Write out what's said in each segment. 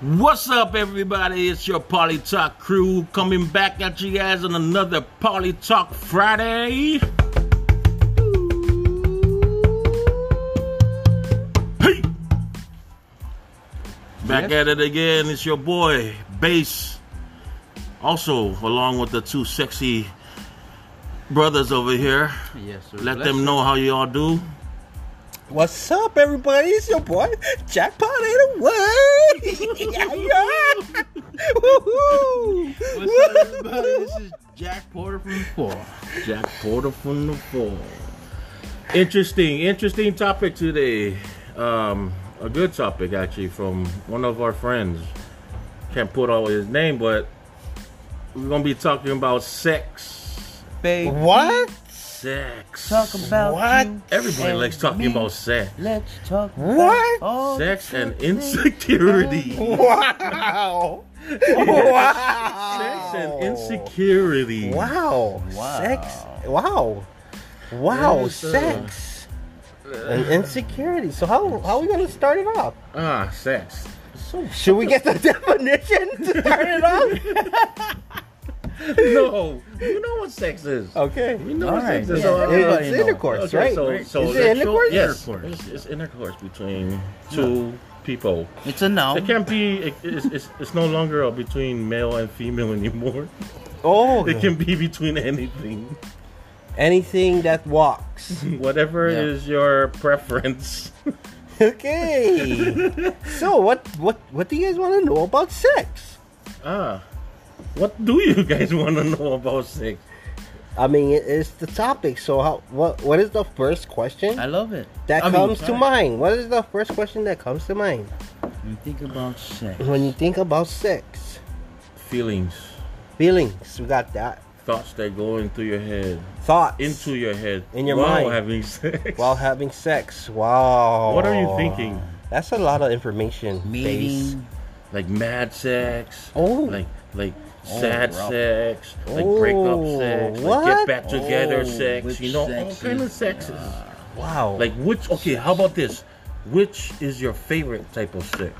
What's up, everybody? It's your Poly Talk crew coming back at you guys on another Poly Talk Friday. Hey! Back Yes. at it again. It's your boy, Bass. Also, along with the two sexy brothers over here. Yes, sir. Let Bless them you. know how y'all do. What's up, everybody? It's your boy Jackpot ain't away. yeah, yeah. Woohoo! What's up, everybody? This is Jack Porter from the Four. Jack Porter from the Fall. Interesting, interesting topic today. Um, a good topic actually from one of our friends. Can't put out his name, but we're gonna be talking about sex. Baby, what? Sex. talk about What? you. Everybody and likes talking me. about sex. Let's talk What? about all the Sex and good things. insecurity. Oh. Wow! wow! Sex and insecurity. Wow! Wow. Sex! Wow! Wow! Yes, sir. sex! And insecurity. So how how are we gonna start it off? Ah, sex. Should we get the definition to start it off? No, you know what sex is. Okay. You know All what right. sex is. Yeah. all right. Everybody It's know. intercourse, right? So, so Is it sexual- intercourse? Yes, Intercourse. It's, it's intercourse between two people. It's a no. It can't be. It, it's, it's, it's no longer a between male and female anymore. Oh, It can be between anything. anything that walks. Whatever Yeah. is your preference. okay. so what what what do you guys want to know about sex? Ah, what do you guys want to know about sex? I mean, it- it's the topic. So how what what is the first question I love it. that I mean, comes to sorry. mind? What is the first question that comes to mind When you think about sex. when you think about sex? Feelings, Feelings. We got that. thoughts that go into your head, Thoughts. into your head, In your while mind. having sex. while having sex. Wow. what are you thinking? That's a lot of information. Base. Meeting. like mad sex, Oh. like like Oh, sad rough. sex, like Oh, breakup sex, like get what? back together Oh, sex, which you know, all sex kind of is- sexes. Wow. Like which? Okay, how about this? Which is your favorite type of sex?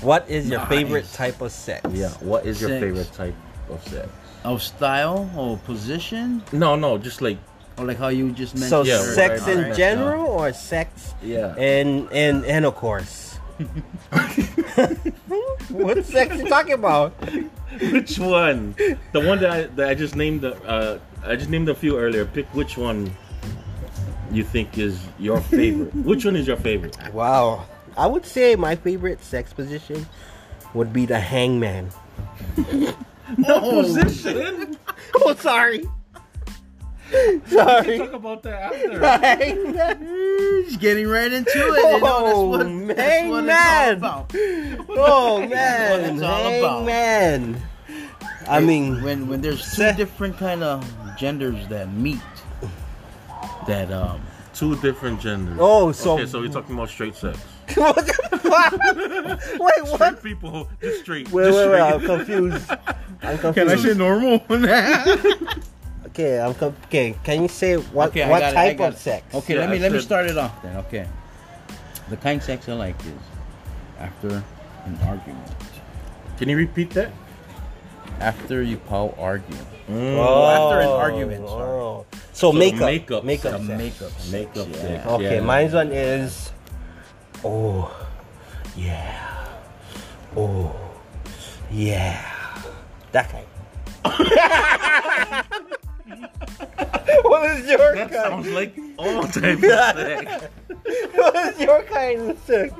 what is your Nice. favorite type of sex? Yeah, what is your Sex. favorite type of sex? Of style or position? No, no, just like Or like how you just mentioned. So Yeah, earlier. sex right, in right, right. general or sex yeah. and and and of course. what sex you talking about? which one? The one that I that I just named. The, uh, I just named a few earlier. Pick which one you think is your favorite. which one is your favorite? Wow. I would say my favorite sex position would be the hangman. No position. Oh, sorry. Sorry. Talk about that after. The hangman. He's getting right into it. You know, Oh, that's what, that's what man. it's all about. Oh man, That's all about. hangman. I mean, when when there's two Se- different kind of genders that meet, that um, Two different genders. Oh, so- okay, so we're talking about straight sex. what the fuck? Wait, what? Straight people, just straight. Wait, just wait, wait. I'm straight. confused. I'm confused. normal? Okay, I'm com- okay. Can you say what okay, I what got it, I type got of it. sex? Okay, Yeah, let me I let me said- start it off then. Okay, the kind of sex I like is after an argument, Can you repeat that? after you pow argue, Mm. Oh, after an argument, sorry. oh. So, makeup, makeup makeup, sex. makeup sex. makeup, Makeup yeah. sex. Okay, yeah. mine's one is. Oh, yeah. Oh, yeah. That kind. what is your That kind? sounds like all types of sex. What is your kind of sex?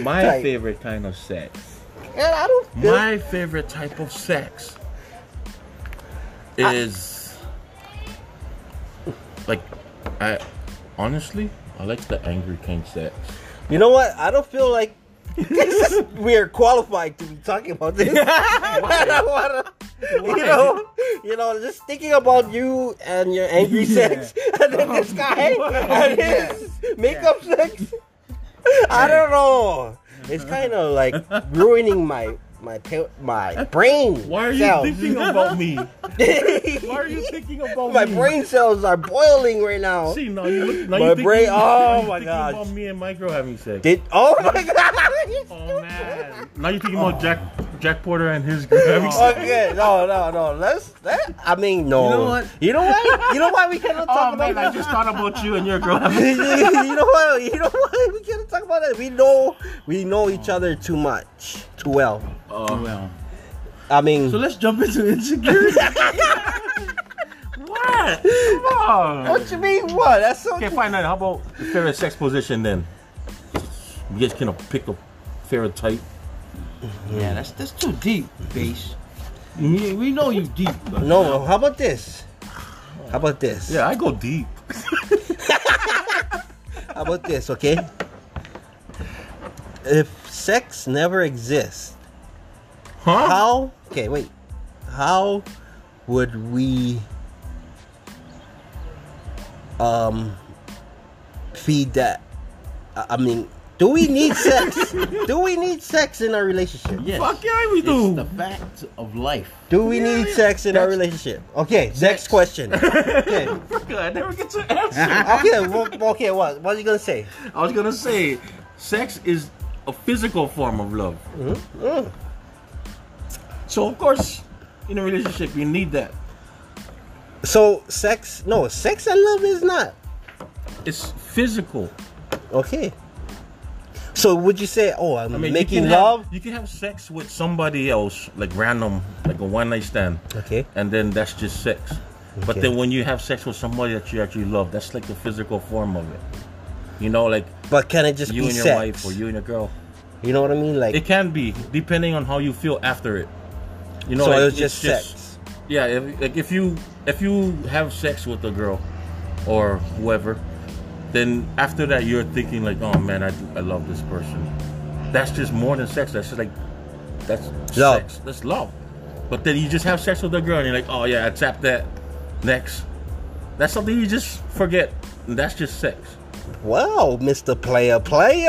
My Type. favorite kind of sex. And I don't. feel- My favorite type of sex Ah. is like I honestly I like the angry kind of sex. you know what? I don't feel like we are qualified to be talking about this. I don't wanna. You know, you know, just thinking about you and your angry sex, and then this Oh guy and his makeup sex. I don't know. It's kind of like ruining my my pa- my brain. cells. about me? Why are you thinking about my me? brain cells are boiling right now. See, now you look. Now My you think brain- you- oh now you my thinking gosh. About me and Micro having sex. Did oh my god! oh man. Oh. Now you're thinking about Jack Jack Porter and his girl having sex. Okay, no, no, no. Let's. That, I mean, no. You know what? You know what? You know why we cannot talk Oh about man, I that? just thought about you and your girl having you know what? You know what? We cannot talk about that. We know. We know each other too much, too well. Oh. well, I mean, so let's jump into insecurity. What? Come on. what you mean? What? That's so. Okay, fine. Then how about the favorite sex position then? You guys can pick a favorite type. yeah, that's that's too deep, base. Yeah, we know you deep, but No. How about this? How about this? Yeah, I go deep. How about this? Okay. If sex never exists, Huh? how? Okay, wait. How would we um feed that? I I mean, do we need sex? do we need sex in our relationship? yes, Fuck yeah, we do. It's the fact of life. Do we need sex in our relationship? Okay, next question. Okay, Africa, I never get to answer. okay, wha- okay. What? What are you gonna say? I was gonna say, sex is a physical form of love. Mm-hmm. So of course, in a relationship, you need that. So, sex? No, sex and love is not. It's physical. Okay. So would you say, oh, I'm I mean, you making can have- love? you can have sex with somebody else, like random, like a one night stand, Okay. and then that's just sex. But Okay. then when you have sex with somebody that you actually love, that's like the physical form of it. You know, like But can it just you be and your sex? wife or you and your girl. You know what I mean? Like, It can be depending on how you feel after it. You know, so like, it was it's just, sex. Yeah, if, like if you if you have sex with a girl or whoever, then after that you're thinking like, oh man, I, I love this person. That's just more than sex. That's just like that's Love. sex. That's love. But then you just have sex with a girl and you're like, oh yeah, I tapped that. Next, that's something you just forget. And that's just sex. Wow, Mr. Player Player!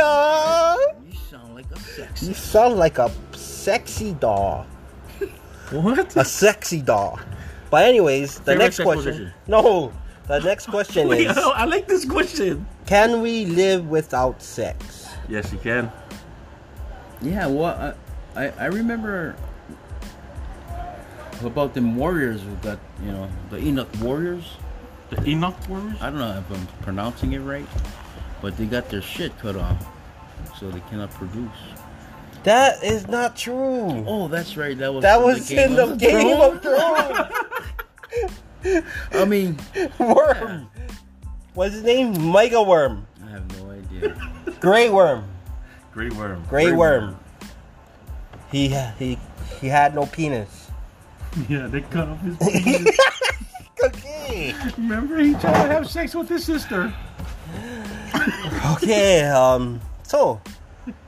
You sound like a sex. You sound like a sexy doll. What? A sexy doll. But anyways, the Favorite next sex question. position? No, the next question Wait, is: I, I like this question. Can we live without sex? Yes, you can. Yeah, well, I, I, I remember about them warriors who got, you know, the Enoch warriors. The Enoch warriors. I don't know if I'm pronouncing it right, but they got their shit cut off, so they cannot produce. That is not true. Oh, that's right. That was That from was in of the Game Thrones. of Thrones. I mean, Worm. What's his name? Mega Worm. I have no idea. Grey Worm. Great worm. Grey Grey Worm. Worm. He he he had no penis. Yeah, they cut off his. penis. Okay. Remember, he tried to have sex with his sister. Okay. Um. So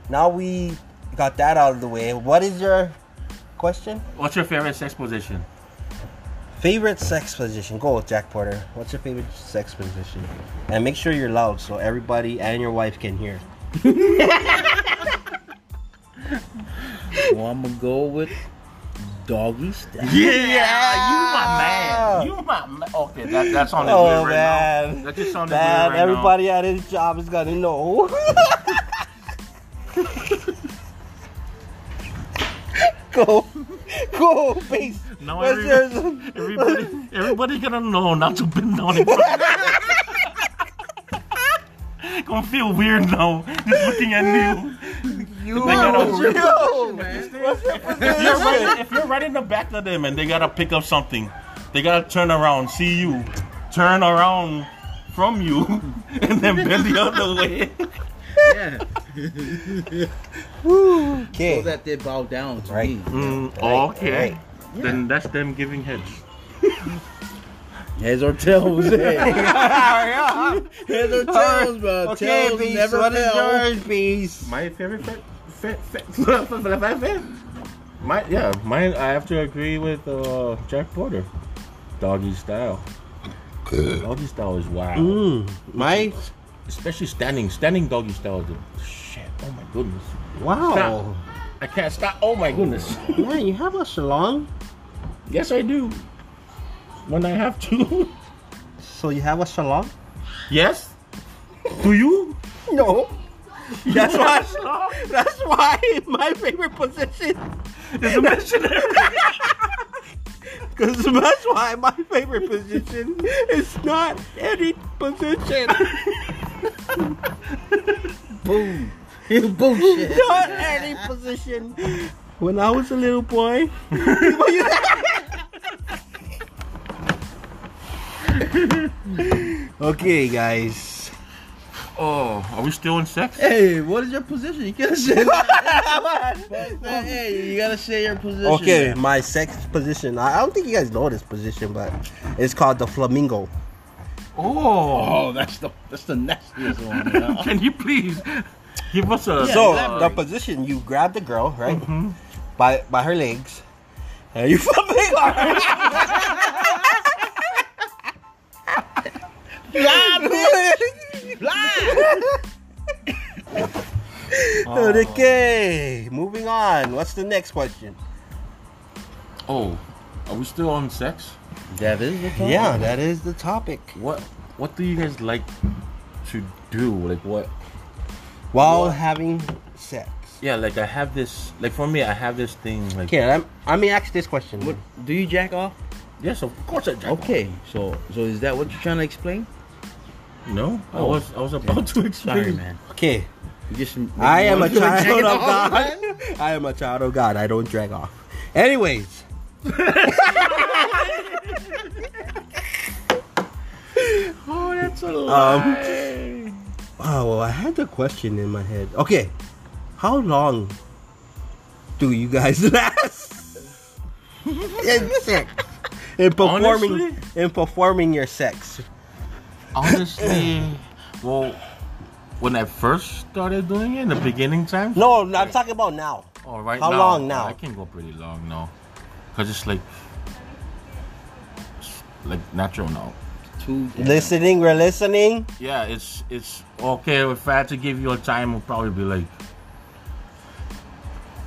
now we got that out of the way. What is your question? What's your favorite sex position? Favorite sex position? Go, with Jack Porter. What's your favorite sex position? And make sure you're loud so everybody and your wife can hear. well, I'm gonna go with doggy style. Yeah, you my man. You my man. Okay, that, that sounded Oh, weird right man. now. That just sounded Man, weird right everybody at his job is gonna know. go, go, face. now. No, What's yours? every, everybody, everybody gonna know not to bend down in front of me. Gonna feel weird now, just looking at you. You, They gotta- What's your yo, what's your If you're, right, position? if you're right in the back of them and they gotta pick up something, they gotta turn around, see you, turn around from you, and then bend the other way. Yeah, so Okay, that they bow down to Right. me. Mm, Right, okay. right. Then that's them giving heads. Heads or tails? Heads or tails, bro. okay, tails beast. never What is fail. yours, beast? My favorite fa- fa- fa- fa- fa- My yeah, mine. I have to agree with uh, Jack Porter. Doggy style. Doggy style is wild, Mm, my especially standing. Standing doggy style is a shit. Oh my goodness. wow. Stop. I can't stop. Oh my goodness. Yeah, you have a salon. yes, I do. When I have to. So you have a salon? yes. Do you? No. That's why. salon? That's why my favorite position is a missionary. Because that's why my favorite position is not any position. Boom. Bullshit. Not any position. When I was a little boy, Well, you- okay, guys. Oh, are we still in sex? Hey, what is your position? You gotta say. hey, you gotta say your position. Okay, my sex position. I I don't think you guys know this position, but it's called the flamingo. Oh. Oh, that's the that's the nastiest one. you know? Can you please give us a. so elaborate. the position you grab the girl right by by her legs, and you flamingo. her. Okay, Oh, moving on. What's the next question? Oh, are we still on sex? That is the topic. Yeah, that is the topic. What What do you guys like to do? Like what? While having sex. Yeah, like I have this. Like for me, I have this thing. Like Okay, let me, let me ask this question. What do you jack off? yes, of course I. jack off. Okay, so so is that what you're trying to explain? No, I Oh. was I was about to explain. Sorry, man. Okay, You just I am a jack child it of off. God. I am a child of God. I don't drag off. Anyways. Oh, that's a lie. Oh, well, I had the question in my head. Okay, how long do you guys last in sex? In performing, Honestly? in performing your sex. Honestly, well, when I first started doing it in the beginning time. No, I'm talking about now. All right. How now, long now? I can go pretty long now, cause it's like, it's, like natural now. Two jack- Listening, we're listening. Yeah, it's it's okay. If I had to give you a time, it'll probably be like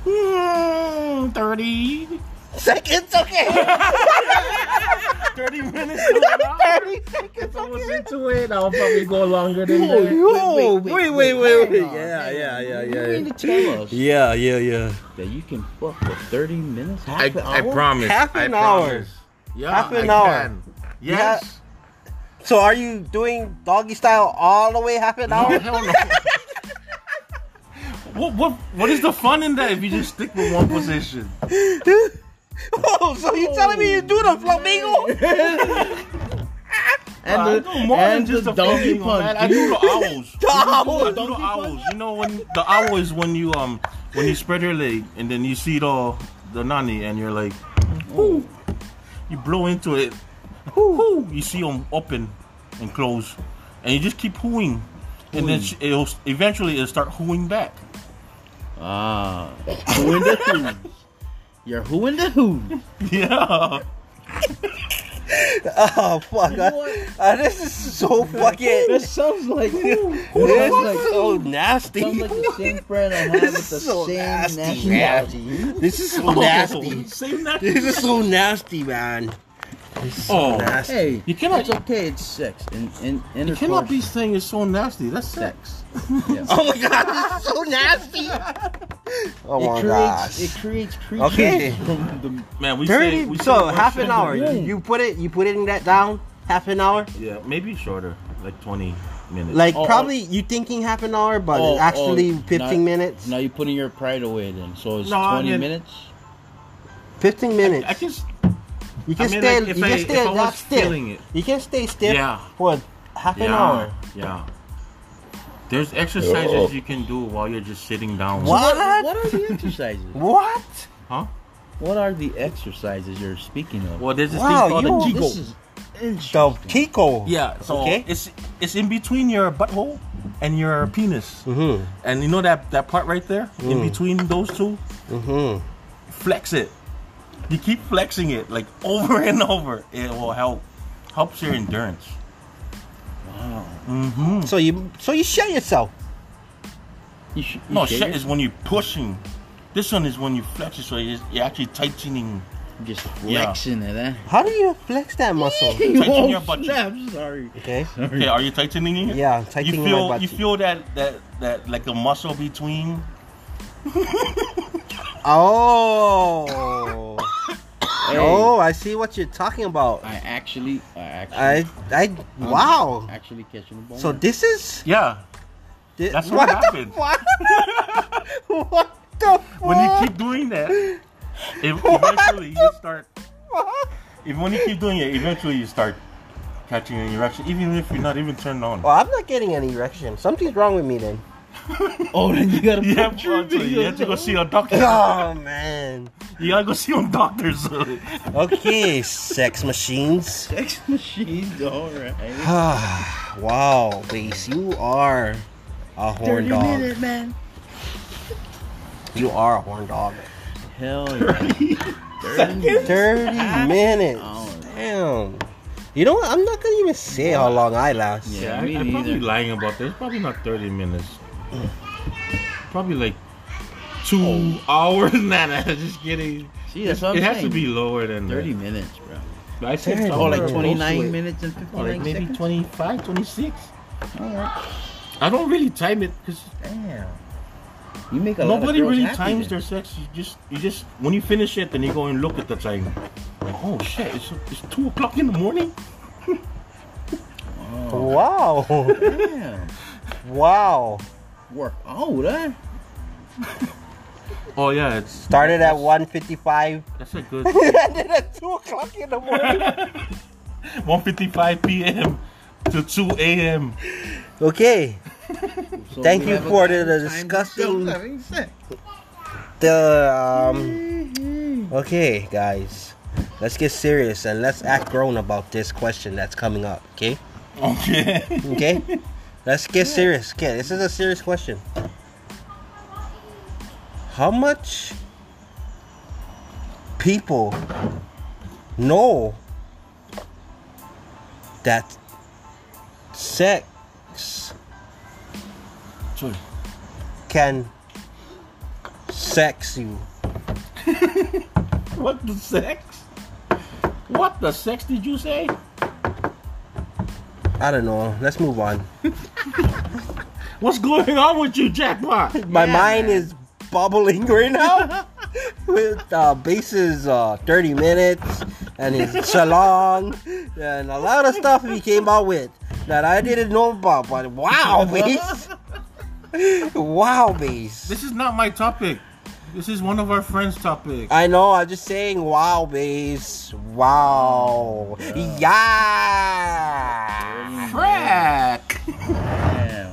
hmm, thirty. Seconds, okay. 30 minutes to an hour. Thirty seconds. If I was into it, I'll probably go longer than Oh, that. yo, wait, wait, wait, wait, wait, wait, wait. hang on, Yeah, hang yeah, on. yeah, You yeah. mean to tell us Yeah, yeah, yeah. that you can fuck for 30 minutes? I, Half an I hour? promise. Half an I hour. promise. Yeah, Half an I hour. Can. Yes. So, are you doing doggy style all the way half an hour? Hell no. what, what, what is the fun in that if you just stick with one position? oh, so you telling me you do the flamingo? And I the, do more and than just the the donkey flamingo, man. punch. I do the owls. I Dog. do the owls. You know when the owl is when you um when you spread your leg and then you see the the nanny and you're like, whoo. you blow into it, whoo. You see them open and close, and you just keep hooing, and then sh- it'll eventually it'll start hooing back. Ah, who in the who's? You're who in the who? Yeah. Oh fuck! I, I, this is so fucking. That this sounds like is sounds like, oh, so nasty. sounds like the same friend I have with the This is so same nasty, nationality. this is so nasty. Say Oh. nasty. This is so nasty, man. This is so Oh. nasty. Hey, You cannot- It's okay. It's sex. And and and You cannot be saying it's so nasty. That's sex. sex. Oh my god, this is so nasty. Oh it my creates gosh. it creates creatures Okay. from the Man, we say Thirty. we so say half an worship. hour. You put it. You put it in that down. Half an hour. Yeah, maybe shorter, like 20 minutes. Like Oh, probably you thinking half an hour, but Oh, it's actually oh, fifteen not- minutes. Now you're putting your pride away then. So it's No, I 20 mean- minutes. Fifteen minutes. I just you can I mean, stay. like, if you I- can if I stay that was stiff. feeling it. You can stay stiff Yeah. for half an hour. Yeah. There's exercises you can do while you're just sitting down. What? What are the exercises? What? Huh? what are the exercises you're speaking of? Well, there's this Wow, thing you Oh, called a don't- jiggle. This is The interesting. Kiko. Yeah. So Okay. it's it's in between your butthole and your penis, Mhm. and you know that that part right there in between those two. Mhm. Flex it. You keep flexing it like over and over. It will help helps your endurance. Wow. Mm-hmm. So you so you shut yourself. You should, you No, shave shit it? is when you're pushing This one is when you flex it, so you're, you're actually tightening, Just Yeah. flexing it, How do you flex that muscle? eh? Tighten Oh, your butt cheek. snap, sorry. Okay. Sorry. Okay, are you tightening it? Yeah, I'm you tightening feel my butt you cheek. feel that that that like a muscle between. Oh. Hey, Oh, I see what you're talking about. I actually, I I, actually, I, I'm wow. actually catching a bone. So this is. Yeah, This, That's what the happened. fuck? what the fuck? when you keep doing that, ev- eventually you start. Fuck? If when you keep doing it, eventually you start catching an erection, even if you're not even turned on. Well, I'm not getting an erection. Something's wrong with me then. oh, then you gotta You have, put your to, you video have to go down. see a doctor. Oh man. You gotta go see a doctor. So. Okay, sex machines. Sex machines, alright. wow, Base, you are a horn dog. man. You are a horn dog. Hell yeah. 30 minutes. 30 minutes. Oh. Damn. You know what? I'm not gonna even say how long I last. Yeah, I, me am probably neither. lying about this. Probably not 30 minutes. Probably like two hours. Nah, nah, just kidding. See, that's what Oh. I'm it has saying. to be lower than 30 minutes, bro. That. I said 30. Oh, like Bro, 29 wait. minutes and 59 Or like maybe seconds? 25, 26. Alright. I don't really time it because Damn. You make a lot of nobody girls really happy times then. their sex. You just, you just, when you finish it, then you go and look at the time. Like, oh shit, it's, it's two o'clock in the morning. Wow. Damn. wow. Work out, huh? Oh yeah, it's Started at 1:55. that's a good Ended at 2 o'clock in the morning. 1:55 p.m. to 2 a.m. Okay. So Thank we you have a for good time the disgusting- yourself having sex. The um. Okay, guys. Let's get serious and let's act grown about this question that's coming up. Okay. Okay. Okay. let's get serious. Okay, this is a serious question. How much people know that sex Sorry. can sex you? What the sex? What the sex did you say? I don't know. Let's move on. What's going on with you, Jackpot? My Yeah, mind man. is bubbling right now with uh, Base's uh, 30 minutes and his salon and a lot of stuff he came out with that I didn't know about. But wow, Base! wow, Base! This is not my topic. This is one of our friends' topic. I know, I'm just saying, wow, Base. Wow. Yeah. Crack. Damn.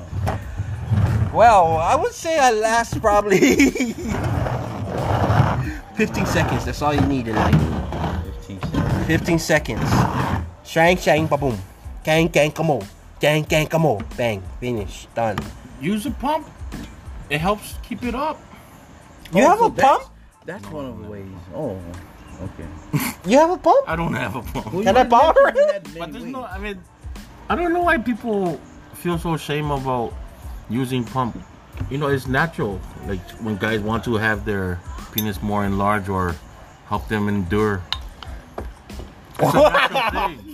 Well, I would say I last probably 15 seconds. That's all you need in life. 15 seconds. 15 seconds. Shang, shang, ba boom. Gang, gang, come on. Gang, gang, come on. Bang. Finish. Done. Use a pump. It helps keep it up. You Oh, have so a pump? That's one of the ways. Oh, okay. You have a pump? I don't have a pump. Can I borrow it? But there's no. I mean, I don't know why people feel so shame about using pump. You know, it's natural. Like when guys want to have their penis more enlarged or help them endure. It's a natural thing.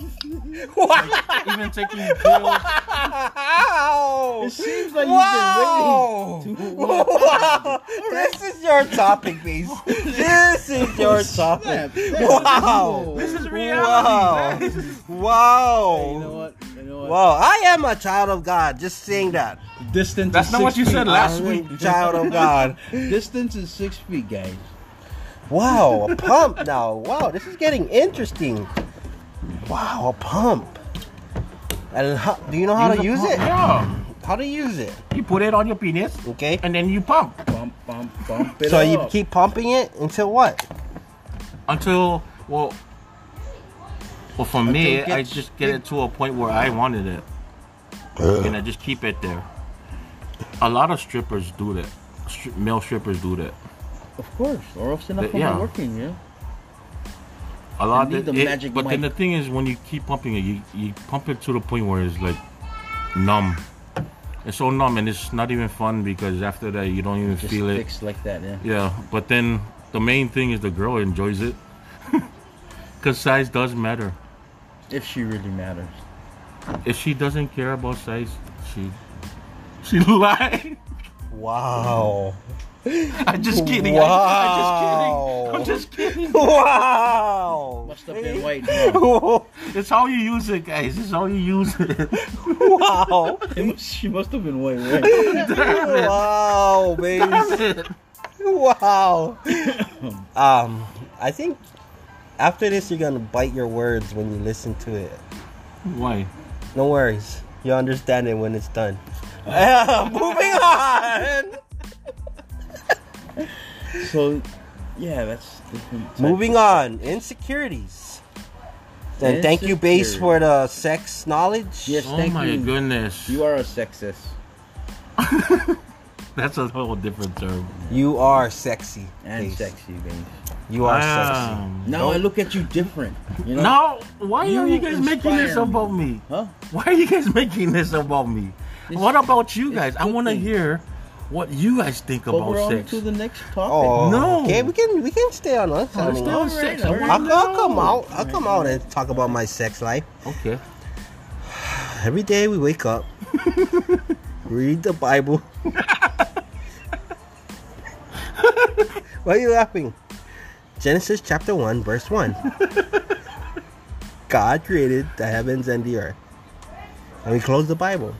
Even taking pills. Wow. It seems like wow. you've been waiting. Wow. This is your topic, please. This is your topic. Wow. This is Wow. reality. man. Wow. You know what? You know what? Wow. I am a child of God. Just saying that. Distance. That's is not what six you feet. said last I'm week. a child of God. Distance is six feet, guys. Wow, a pump now. Wow, this is getting interesting. Wow, a pump. And how, do you know how to use pump. it? Yeah. How to use it? You put it on your penis Okay. and then you pump Bump, bump, bump it So you up. keep pumping it until what? until well. Well, for me, Until it I gets just get it to a point where I wanted it, and I just keep it there. A lot of strippers do that. Stri- male strippers do that. Of course, or else enough But, are yeah. not working, yeah. A lot. need Of, the it- magic but then the mic. thing is, when you keep pumping it, you, you pump it to the point where it's like numb. it's so numb and it's not even fun because after that you don't even Just feel it. fixed like that, yeah. Yeah, but then the main thing is the girl enjoys it. Because size does matter. If she really matters. If she doesn't care about size, she she lied. Wow. I'm just kidding. Wow. I, am just kidding. I'm just Wow. Must have been white. kidding. It's how you use it, guys. It's how you use it. wow. she must have been white, right? Wow, baby. Wow. Um, I think after this you're gonna bite your words when you listen to it. Why? No worries. You understand it when it's done. Yeah, moving on. so, yeah, that's different. type. Moving on. Insecurities. And thank you, Base, for the sex knowledge. Yes. oh Thank my you. goodness. You are a sexist. That's a whole different term. You are sexy. And Base. sexy, guys. You are sexy. Damn. Now I look at you different. You know? Now, why You are you guys making this inspire me. about me? Huh? Why are you guys making this about me? It's- what about you guys? I good want to thing. hear what you guys think But we're about on sex. to the next Oh topic. No. Okay, we can we can stay on us. I Let's mean, stay on Alright, sex. I alright. wanna I'll, I'll come know. out. I'll come out and talk about my sex life. Okay. Every day we wake up, read the Bible. Why are you laughing? Genesis chapter 1, verse 1. God created the heavens and the earth. And we close the Bible.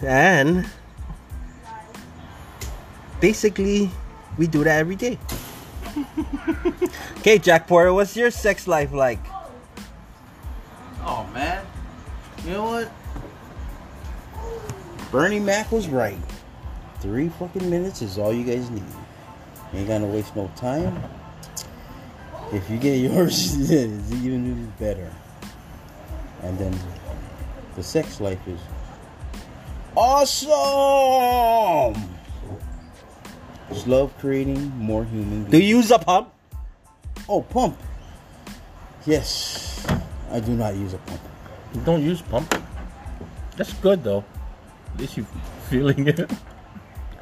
and basically, we do that every day. Okay, Jack Porter, what's your sex life like? Oh, man. You know what? Bernie Mac was right. Three fucking minutes is all you guys need. You ain't gonna waste no time. If you get yours, it's even better. And then the sex life is awesome. Just love creating more human beings. Do you use a pump? Oh, pump. Yes, I do not use a pump. You don't use pump. That's good though. At least you feeling it.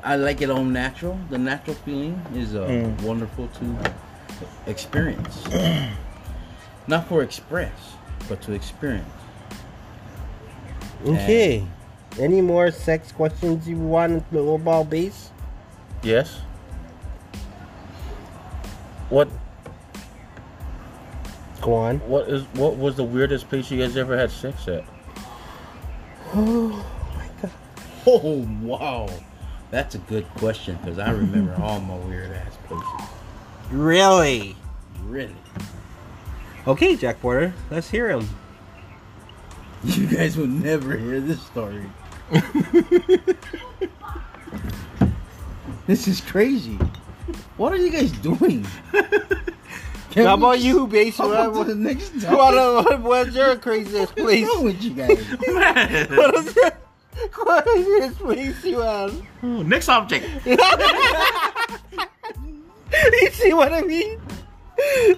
I like it all natural. The natural feeling is uh, Mm. wonderful to experience. Not for express, but to experience. Okay. Any more sex questions you want to know about base? Yes. What Go on. what is what was the weirdest place you guys ever had sex at? Oh wow, that's a good question because I remember all my weird ass places. Really? Really, Okay, Jack Porter. Let's hear him. you guys will never hear this story. this is crazy. What are you guys doing? Can How we about just- you, base? How What, about what, the next topic? what, what's your craziest place? What's wrong with you guys? what is it? What is this place you have? Next subject. you see what I mean?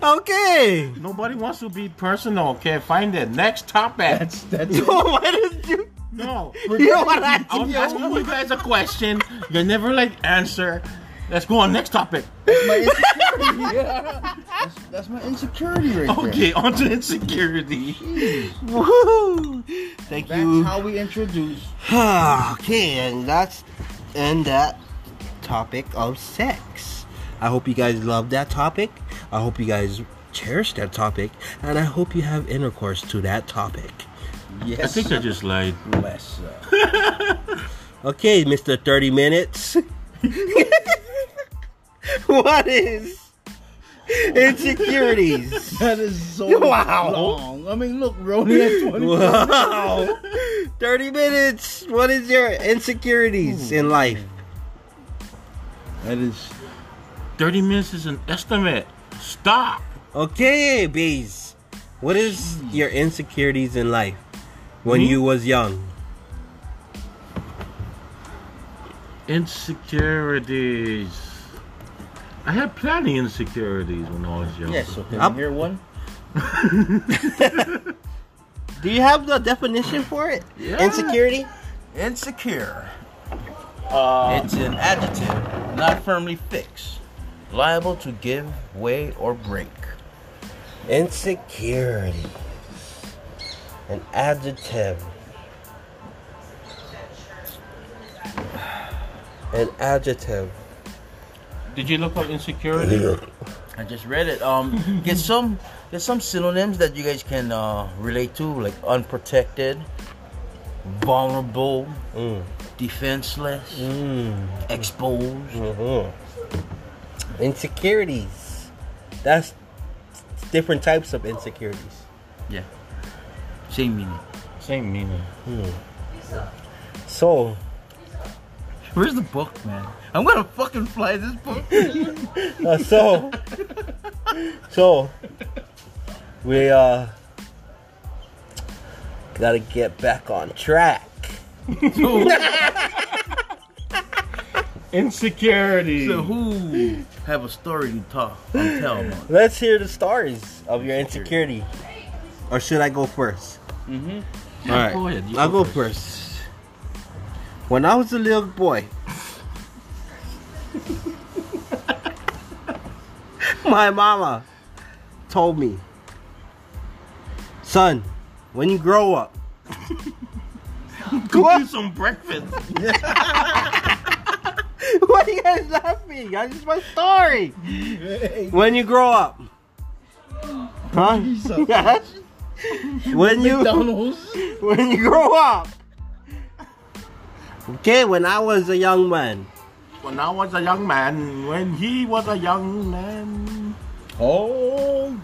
Okay. Nobody wants to be personal. Okay, find it. Next topic. That's that's Why did you? No. You know what I I was asking you guys a question. You never like answer. Let's go on next topic. my insecurity. Yeah. That's, that's my insecurity right there. Okay, on to insecurity. Woo! Thank That's you. how we introduce. okay, and that's and that topic of sex. I hope you guys love that topic. I hope you guys cherish that topic, and I hope you have intercourse to that topic. Yes. I think I just lied. less. uh, Okay, Mr. 30 Minutes. what is insecurities? that is so Wow. long. I mean, look, we're only at 20. Wow. 30 minutes. What is your insecurities in life? That is. 30 minutes is an estimate. Stop. Okay, bees. What is your insecurities in life when Me? you was young? Insecurities. I had plenty insecurities when I was young. Yes, okay. Up. Here one. Do you have the definition for it? Yeah. Insecurity? Insecure. Uh, It's an adjective, not firmly fixed, liable to give way or break. Insecurity. An adjective. An adjective. Did you look up insecurity? I just read it. Um, get some, get some synonyms that you guys can uh, relate to, like unprotected, vulnerable, Mm. defenseless, exposed. Mm-hmm. Insecurities. That's different types of insecurities. Yeah, same meaning. Same meaning. So, Where's the book, man? I'm gonna fucking fly this book. uh, so, so, we uh gotta get back on track. Insecurity. so who have a story to talk and tell, man? Let's hear the stories of your insecurity. Or should I go first? Yeah, All right. go ahead, you I'll go first. When I was a little boy, my mama told me, son, when you grow up, Cook you some breakfast. What are you guys laughing? That's just my story. when you grow up, huh? Yes. When you when you grow up. Okay, when I was a young man, When I was a young man, when he was a young man. oh,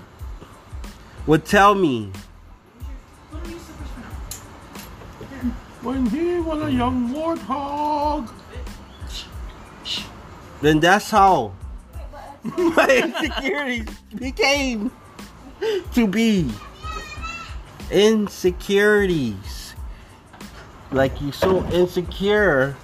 would tell me When he was a young warthog. Then that's how my insecurities became to be insecurities. Like you so insecure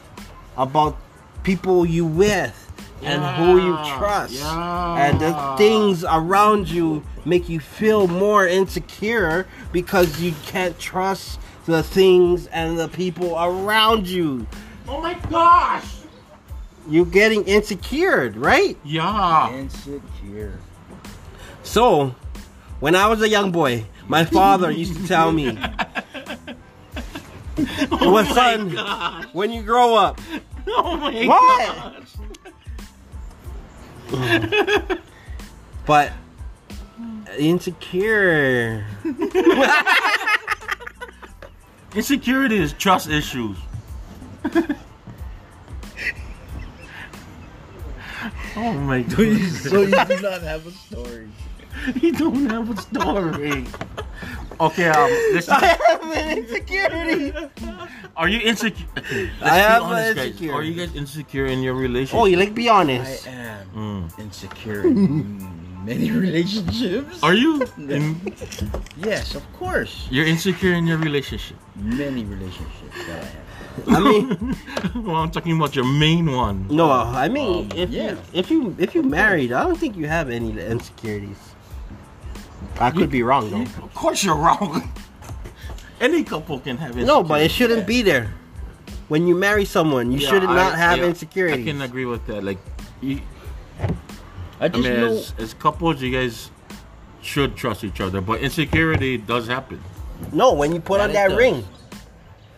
about people you with and who you Yeah, trust. yeah. And the things around you make you feel more insecure because you can't trust the things and the people around you. Oh my gosh! You're getting insecure, right? Yeah. Insecure. So, when I was a young boy, my father used to tell me, "Well, son, when you grow up, Oh my What? gosh. but insecure." Insecurity is trust issues. oh my goodness. so you do not have a story. he don't have a story. Okay, um, listen. I have an insecurity. Are you insecure? Okay, let's I be am honest, guys. insecure. Are you guys insecure in your relationship? Oh, you like be I honest. am Mm. insecure in many relationships. Are you? In, Yes, of course. you're insecure in your relationship. Many relationships that I have. I mean, well, I'm talking about your main one. no, I mean, Um, if yeah. you if you if you married, I don't think you have any insecurities. I could be wrong though. Of course, you're wrong. Any couple can have No, but it insecurities. shouldn't be there. When you marry someone, you Yeah, should I- not have yeah, insecurities. I can agree with that. Like, you, I I just mean, know. as, as couples, you guys should trust each other, but insecurity does happen. No, when you put That on it that does. ring,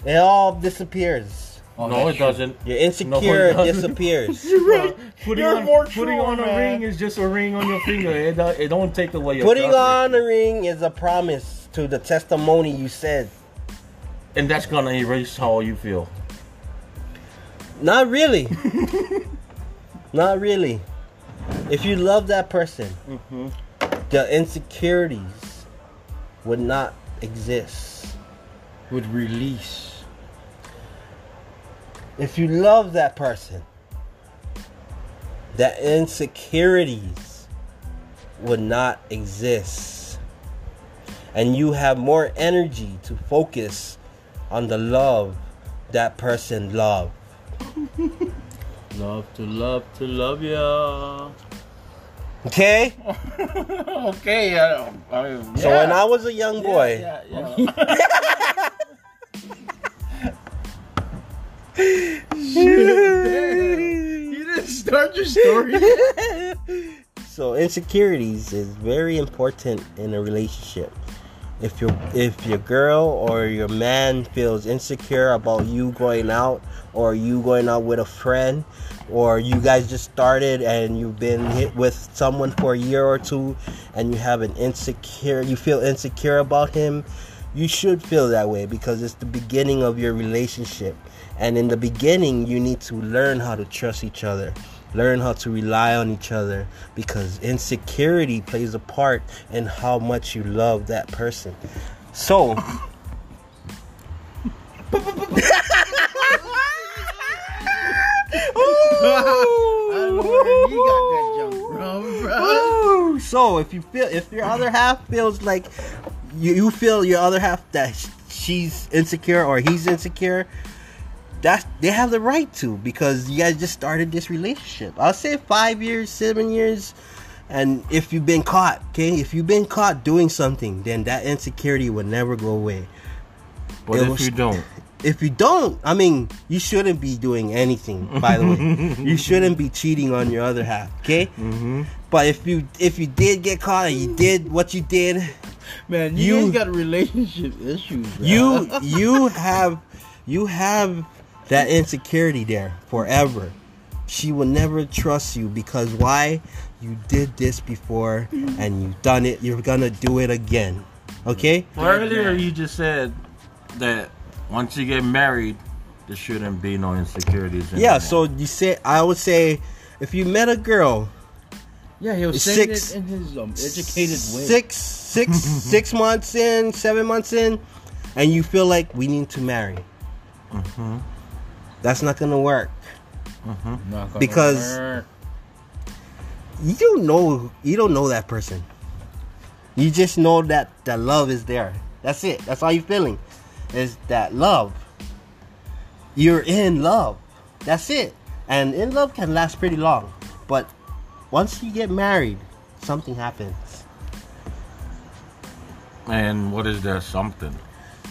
it all disappears. Oh, no, that's it doesn't. Your insecure it doesn't. disappears. Putting You're on, more putting true, on a man. ring is just a ring on your finger. It, don't- it don't take away your Putting trust. on a ring is a promise to the testimony you said. and that's gonna erase how you feel. Not really. Not really. If you love that person, Mm-hmm. the insecurities would not exist. would release. If you love that person, that insecurities would not exist. And you have more energy to focus on the love that person love. Love to love to love ya. Okay? okay, I, don't- I mean, So when I was a young boy, yeah, yeah, you didn't start your story. So insecurities is very important in a relationship. If your if your girl or your man feels insecure about you going out or you going out with a friend or you guys just started and you've been hit with someone for a year or two and you have an insecure you feel insecure about him, you should feel that way because it's the beginning of your relationship. And in the beginning, you need to learn how to trust each other, learn how to rely on each other because insecurity plays a part in how much you love that person. So, Woo! So if you feel if your other half feels like you, you feel your other half that sh- she's insecure or he's insecure, that's they have the right to because you guys just started this relationship. I'll say five years, seven years, and if you've been caught, okay, if you've been caught doing something, then that insecurity will never go away. But It if was- you don't, If you don't, I mean, you shouldn't be doing anything. By the way, you shouldn't be cheating on your other half, okay? mm-hmm. But if you if you did get caught and you did what you did, Man, You- you, guys got relationship issues. bro. you you have you have that insecurity there forever. She will never trust you because why? You did this before and you've done it. You're gonna do it again. Okay? Well, earlier you just said that once you get married, there shouldn't be no insecurities. Anymore. Yeah. So you say I would say if you met a girl yeah, he was saying Six- it in his um, educated way. Six, six, six months in, seven months in, and you feel like we need to marry. Mm-hmm. That's not gonna work. Not gonna because- work. You don't know. You don't know that person. You just know that that love is there. That's it. That's all you're feeling, is that love. You're in love. That's it. And in love can last pretty long, but once you get married, something happens. and what is that something?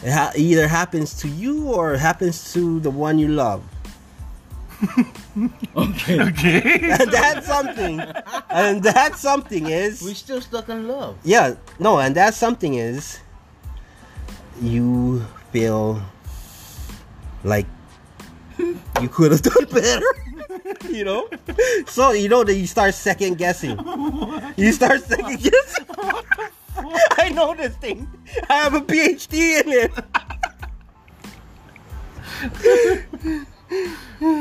It ha- either happens to you or it happens to the one you love. okay, Okay. and that's something. And that something We is still stuck in love. yeah, no, and that something is you feel like you could have done better. You know? So you know that you start second guessing. You start second guessing. I know this thing. I have a PhD in it.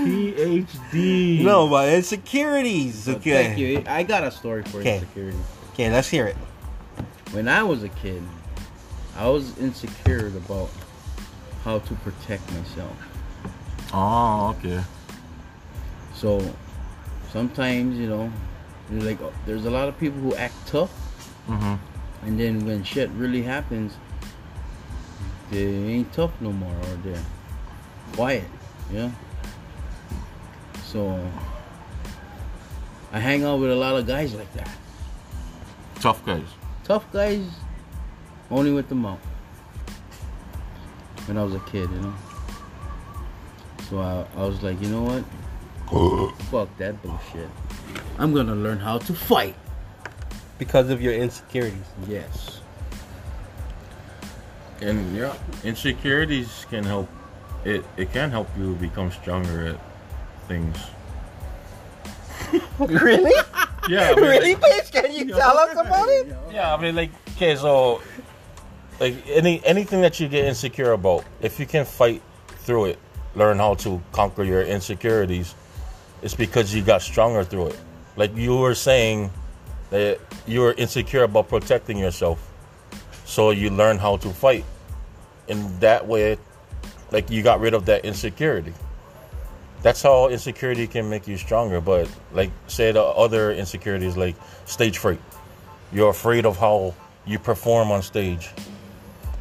PhD. No, but insecurities. so Okay. thank you. I got a story for Okay. insecurity. Okay, let's hear it. When I was a kid, I was insecure about how to protect myself. Oh, okay. So sometimes, you know, you're like, oh, there's a lot of people who act tough, Mm-hmm. and then when shit really happens, they ain't tough no more, or they're quiet, yeah. So I hang out with a lot of guys like that. Tough guys. Tough guys, only with the mouth. When I was a kid, you know. So I, I was like, you know what? Fuck that bullshit. I'm gonna learn how to fight. Because of your insecurities. Yes. And yeah, insecurities can help. It it can help you become stronger at things. Really? Yeah. I mean, really, like- bitch? Can you tell us about it? yeah, I mean, like, okay, so, like, any anything that you get insecure about, if you can fight through it, learn how to conquer your insecurities, it's because you got stronger through it. Like you were saying, that you were insecure about protecting yourself, so you learn how to fight, and that way, like, you got rid of that insecurity. That's how insecurity can make you stronger. But like, say the other insecurities, like stage fright you're afraid of how you perform on stage.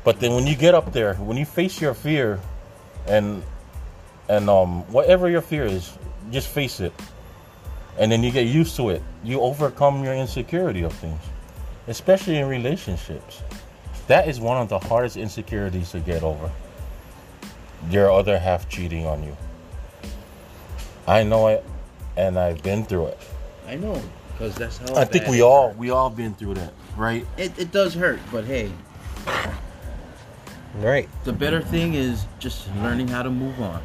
But then when you get up there, when you face your fear and and um whatever your fear is, just face it. and then you get used to it. You overcome your insecurity of things, especially in relationships. That is one of the hardest insecurities to get over. Your other half cheating on you. I know it, and I've been through it. I know, because that's how. I think bad we it all hurt. we all been through that, right? It, it does hurt, but hey, Right. the better thing is just learning how to move on.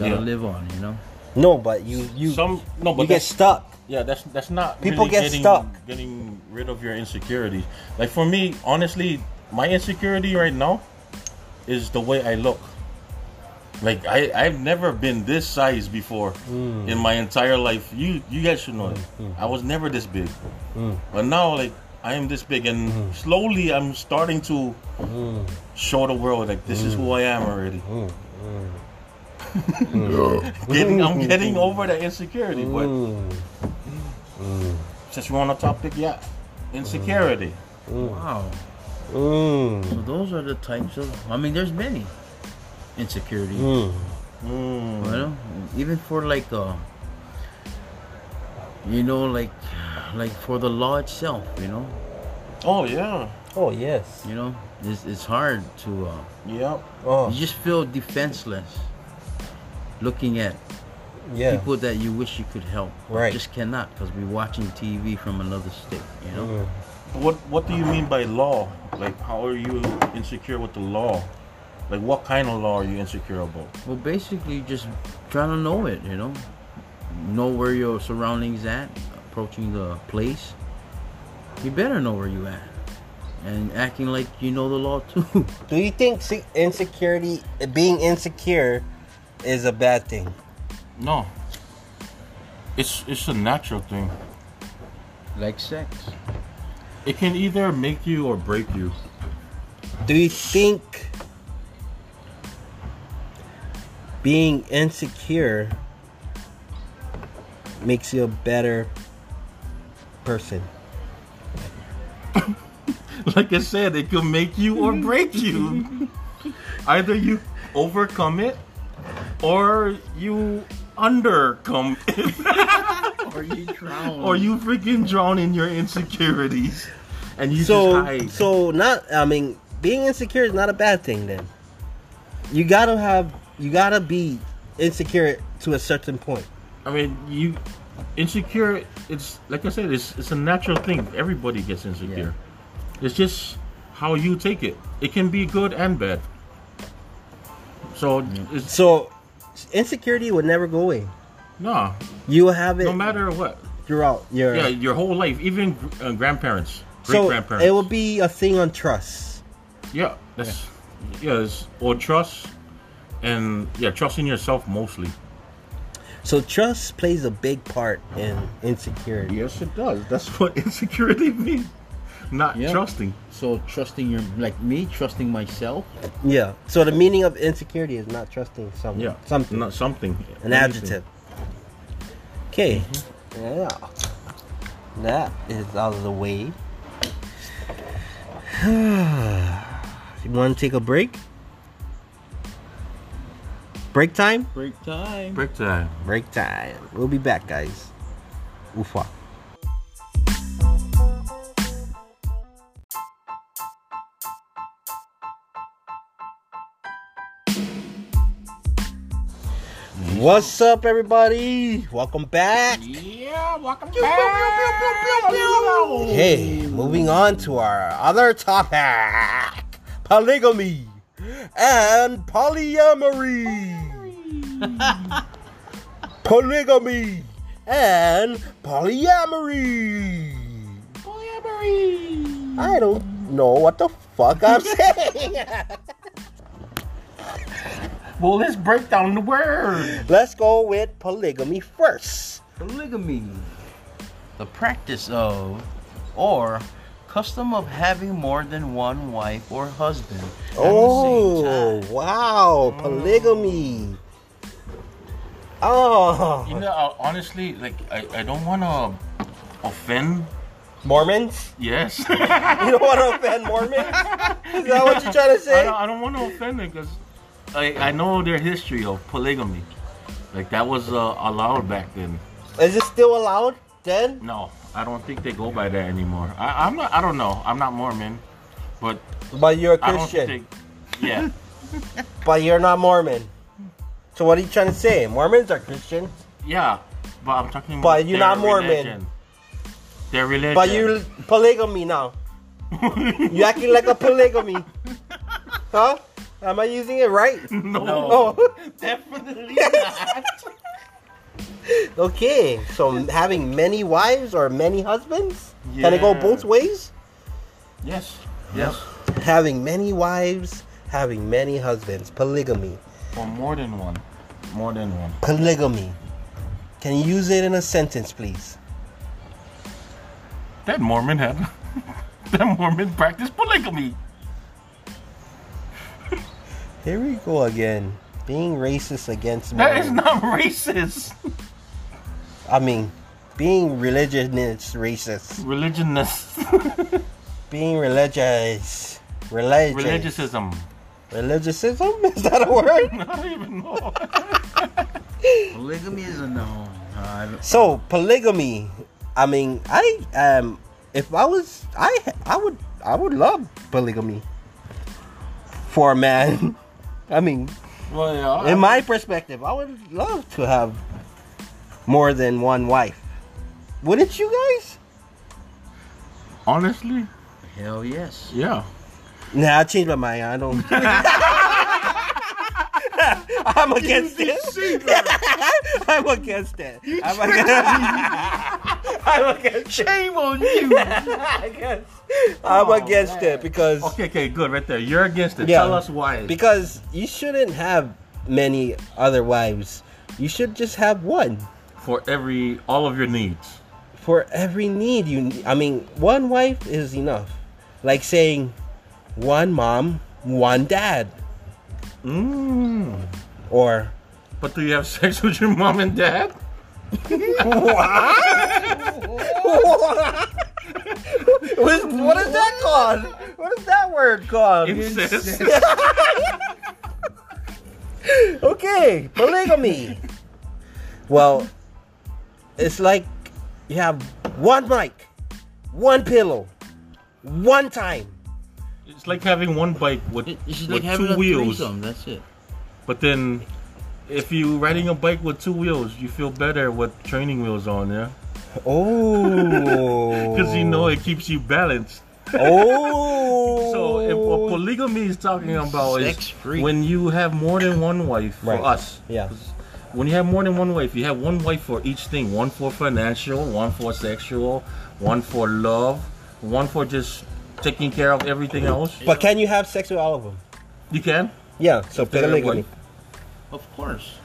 Gotta Yeah. live on, you know. No, but you you Some no, but you get that's, stuck. yeah, that's that's not People really get getting, stuck. Getting rid of your insecurities. Like for me, honestly, my insecurity right now is the way I look. Like I I've never been this size before Hmm. in my entire life. You you guys should know. it. I was never this big, Hmm. but now like I am this big, and slowly I'm starting to Mm-hmm. show the world like this is who I Hmm. am already. Mm-hmm. getting I'm getting over that insecurity, Hmm. but since we're on the topic, yeah, insecurity. Wow. Mm. Mm-hmm. So those are the types of. I mean, there's many insecurity. Mm. Mm. You know, even for like, uh, you know, like, like for the law itself. You know, Oh yeah, Oh yes. you know, it's it's hard to. Uh, yep. Oh you just feel defenseless. Looking at yeah. people that you wish you could help, but Right. Just cannot because we're watching TV from another state. You know. Mm. What What do you mean by law? Like, how are you insecure with the law? Like, what kind of law are you insecure about? Well, basically, just trying to know it, you know, know where your surroundings at, approaching the place. You better know where you at, and acting like you know the law too. Do you think se- insecurity, being insecure, is a bad thing? No. It's it's a natural thing. like sex. It can either make you or break you. Do you think being insecure makes you a better person? Like I said, it can make you or break you. either you overcome it, or you undercome it. Or you drown. or you freaking drown in your insecurities and you so, just hide. so not. I mean, being insecure is not a bad thing. Then you gotta have, you gotta be insecure to a certain point. I mean, you insecure. It's like I said, it's it's a natural thing. Everybody gets insecure. It's just how you take it. It can be good and bad. So it's So, insecurity would never go away. nah. You will have it No matter what. throughout your. Yeah, your whole life, even uh, grandparents, great so grandparents. it will be a thing on trust. Yeah, that's yeah. it's, or trust, and yeah, trusting yourself mostly. So trust plays a big part in insecurity. Yes, it does. That's what insecurity means. Not Yeah. trusting. so trusting your like me, trusting myself. Yeah. So the meaning of insecurity is not trusting someone. Yeah, Something. Not something. anything. an adjective. Okay. Yeah. Mm-hmm. That is out of the way. you want to take a break? Break time? Break time. Break time. Break time. We'll be back, guys. Ufa. What's up, everybody? Welcome back. Yeah, welcome Okay, moving on to our other topic polygamy and polyamory. polygamy and polyamory. Polyamory. I don't know what the fuck I'm saying. Well, let's break down the word. Let's go with polygamy first. Polygamy. The practice of or custom of having more than one wife or husband at Oh, the same time. wow, polygamy. You Oh, know, uh, honestly, like I, I don't want to offend. Mormons? Yes. You don't want to offend Mormons? Is that what you're trying I to say? don't, I don't want to offend them because I, I know their history of polygamy. Like that was uh, allowed back then. Is it still allowed then? No, I don't think they go by that anymore. I, I'm not. I don't know. I'm not Mormon, but But you're a I don't Christian. think. Yeah, But you're not Mormon. So what are you trying to say? Mormons are Christian. yeah. But I'm talking. But about you're their not Mormon. religion. Their religion. But you polygamy now. You acting like a polygamy. Huh? Am I using it right? no, Oh. definitely not. Okay. So having many wives or many husbands? Can it go Yeah. both ways? yes, yes, Having many wives, having many husbands. Polygamy. or more than one, more than one. Polygamy. Can you use it in a sentence, please? That Mormon had. that Mormon practiced polygamy. Here we go again. Being racist against That is Mormons. not racist. I mean, being religion is racist. Religionist. Being religious. Religious. Religiosism. Religiosism? Is that a word? I don't even know. Polygamy is a no. I don't- So, polygamy. I mean, I um if I was I I would I would love polygamy for a man. I mean, well, yeah. in my perspective, I would love to have more than one wife. Wouldn't you guys? honestly, Hell yes. yeah. Nah, I changed my mind. I don't. I'm against it. I'm against it. I'm against I'm against it. Shame on you. I'm Oh, against man. it because okay, okay, good, right there. You're against it. Yeah. Tell us why. because you shouldn't have many other wives. You should just have one For every all of your needs. for every need you. I mean, one wife is enough. Like saying, one mom, one dad, Mm. or But do you have sex with your mom and dad? What is, what is that called? What is that word called? Incest. Okay, polygamy. well, it's like you have one mic, one pillow, one time. it's like having one bike with, It- It's with like having two a wheels. threesome. That's it. But then, if you riding a bike with two wheels, you feel better with training wheels on, yeah? Oh. Because you know it keeps you balanced. Oh. So if what polygamy is talking about is Sex-free. when you have more than one wife for Right. us. Yeah. When you have more than one wife, you have one wife for each thing. One for financial, one for sexual, one for love, one for just taking care of everything else. But can you have sex with all of them? You can. Yeah, so If they're polygamy. Of course.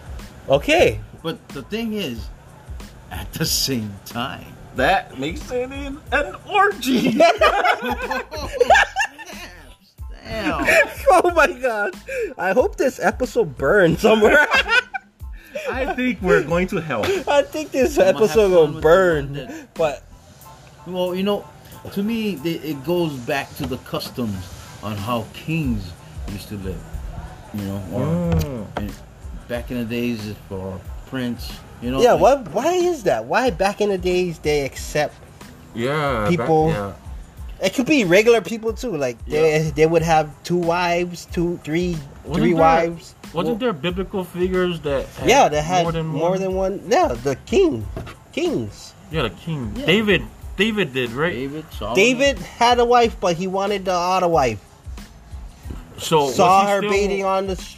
Okay. But the thing is, at the same time, That makes it in an orgy. damn, Oh my god. I hope this episode burns somewhere. I think we're going to hell. I think this I'ma have episode fun gonna with the one burn. that- But Well, you know, to me, they, it goes back to the customs on how kings used to live. You know, or Mm. Mm. and back in the days it's for prince. You know, yeah, like- what? Why is that? Why back in the days they accept? Yeah. People- yeah. It could be regular people too. Like they they would have two wives, two, three, Wasn't three there- wives. Wasn't there biblical figures that had yeah, they had more than more one? than one. Yeah, the king, kings. Yeah, the king. Yeah. David. David did right. David, Oh. Solomon, David had a wife, but he wanted the other wife. So Oh, was Saw he her still- bathing on the sh-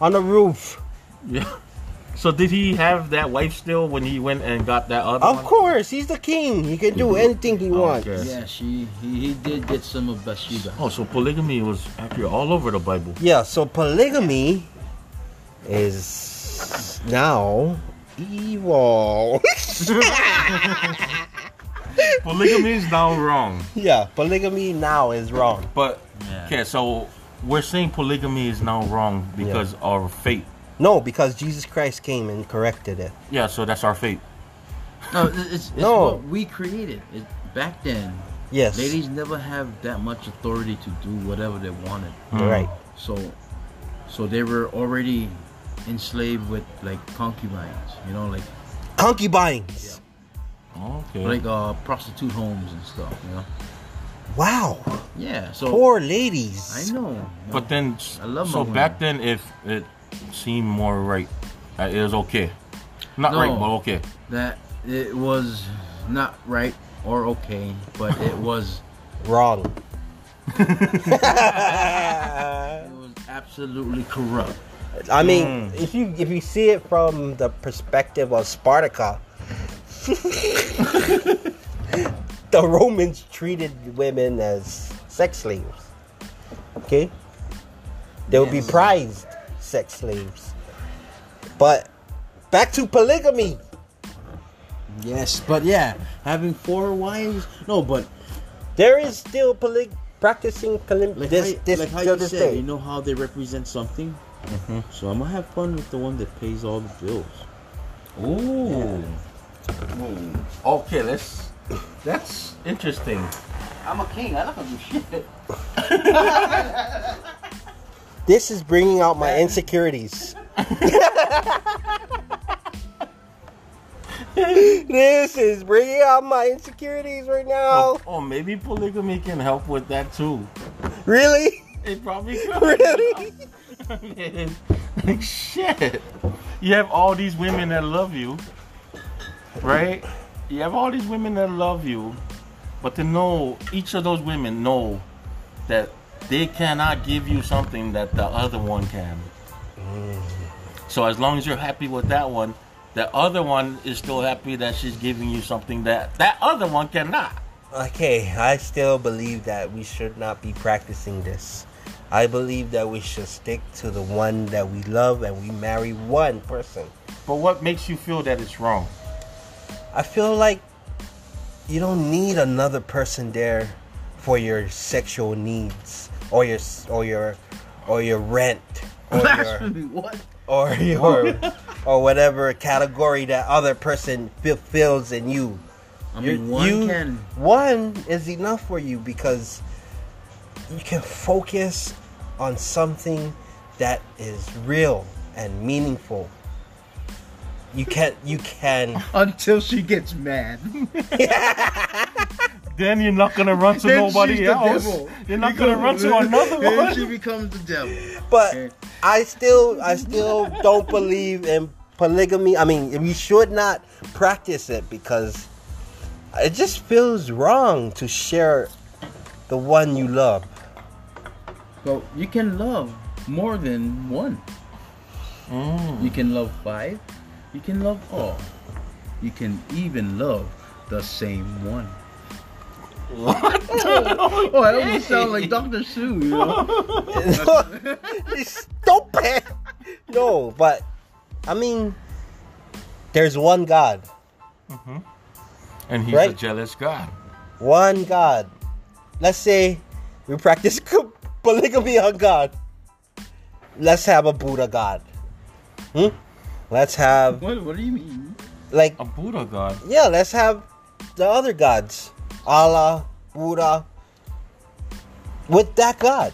on the roof. Yeah. So did he have that wife still when he went and got that other Of one? course, he's the king. He can do anything he Oh, wants. okay. Yeah, she he, he did get some of Bathsheba. Oh, so polygamy was accurate all over the Bible. Yeah, so polygamy is now evil. Polygamy is now wrong. yeah, polygamy now is wrong. But Yeah. okay, so we're saying polygamy is now wrong because our fate. No, because Jesus Christ came and corrected it. Yeah, so that's our fate. No, it's, it's No. what we created. It, back then, Yes. ladies never have that much authority to do whatever they wanted. You're Right. So, so they were already enslaved with like concubines, you know, like concubines. Okay. like uh, prostitute homes and stuff. You know. Wow, Yeah. So poor I ladies. know. but then, I love so my back then, if it seemed more right, uh, it was okay. Not No. right, but okay. that it was not right or okay, but it was Wrong. it was absolutely corrupt. I mean, Mm. if you if you see it from the perspective of Spartacus, the Romans treated women as sex slaves. Okay, they would be prized sex slaves. But back to polygamy. Yes, but yeah, having four wives. No, but There is still poly- practicing polygamy. like this how, this like how till you this said, Mm-hmm. day. you know how they represent something. So I'm gonna have fun with the one that pays all the bills. Ooh. Okay, let's. That's interesting. I'm a king. I don't do shit. This is bringing out my insecurities. this is bringing out my insecurities right now. Oh, oh, maybe polygamy can help with that too. Really? It probably could. Really? like shit. You have all these women that love you, right? You have all these women that love you, but to know each of those women know that they cannot give you something that the other one can. So as long as you're happy with that one, the other one is still happy that she's giving you something that that other one cannot. Okay, I still believe that we should not be practicing this. I believe that we should stick to the one that we love and we marry one person. But what makes you feel that it's wrong? I feel like you don't need another person there for your sexual needs or your or your or your rent or your what? or your or whatever category that other person fulfills in you. I You're- mean, one you- can. one is enough for you because you can focus on something that is real and meaningful. You can you can Until she gets mad. Then you're not gonna run to nobody else. You're not gonna run to another one. she becomes the devil. But I still, I still don't believe in polygamy. I mean, we should not practice it because it just feels wrong to share the one you love. But you can love more than one. Mm. You can love five. You can love all. You can even love the same one. What? oh, that almost sound like Dr. Sue, you know? it's stupid. No, but I mean, there's one God, And he's a Right? jealous God. one God. Let's say we practice polygamy on God. Let's have a Buddha God. Hmm? Let's have What, what do you mean? like A Buddha God. yeah, let's have the other gods, Allah, Buddha, with that god,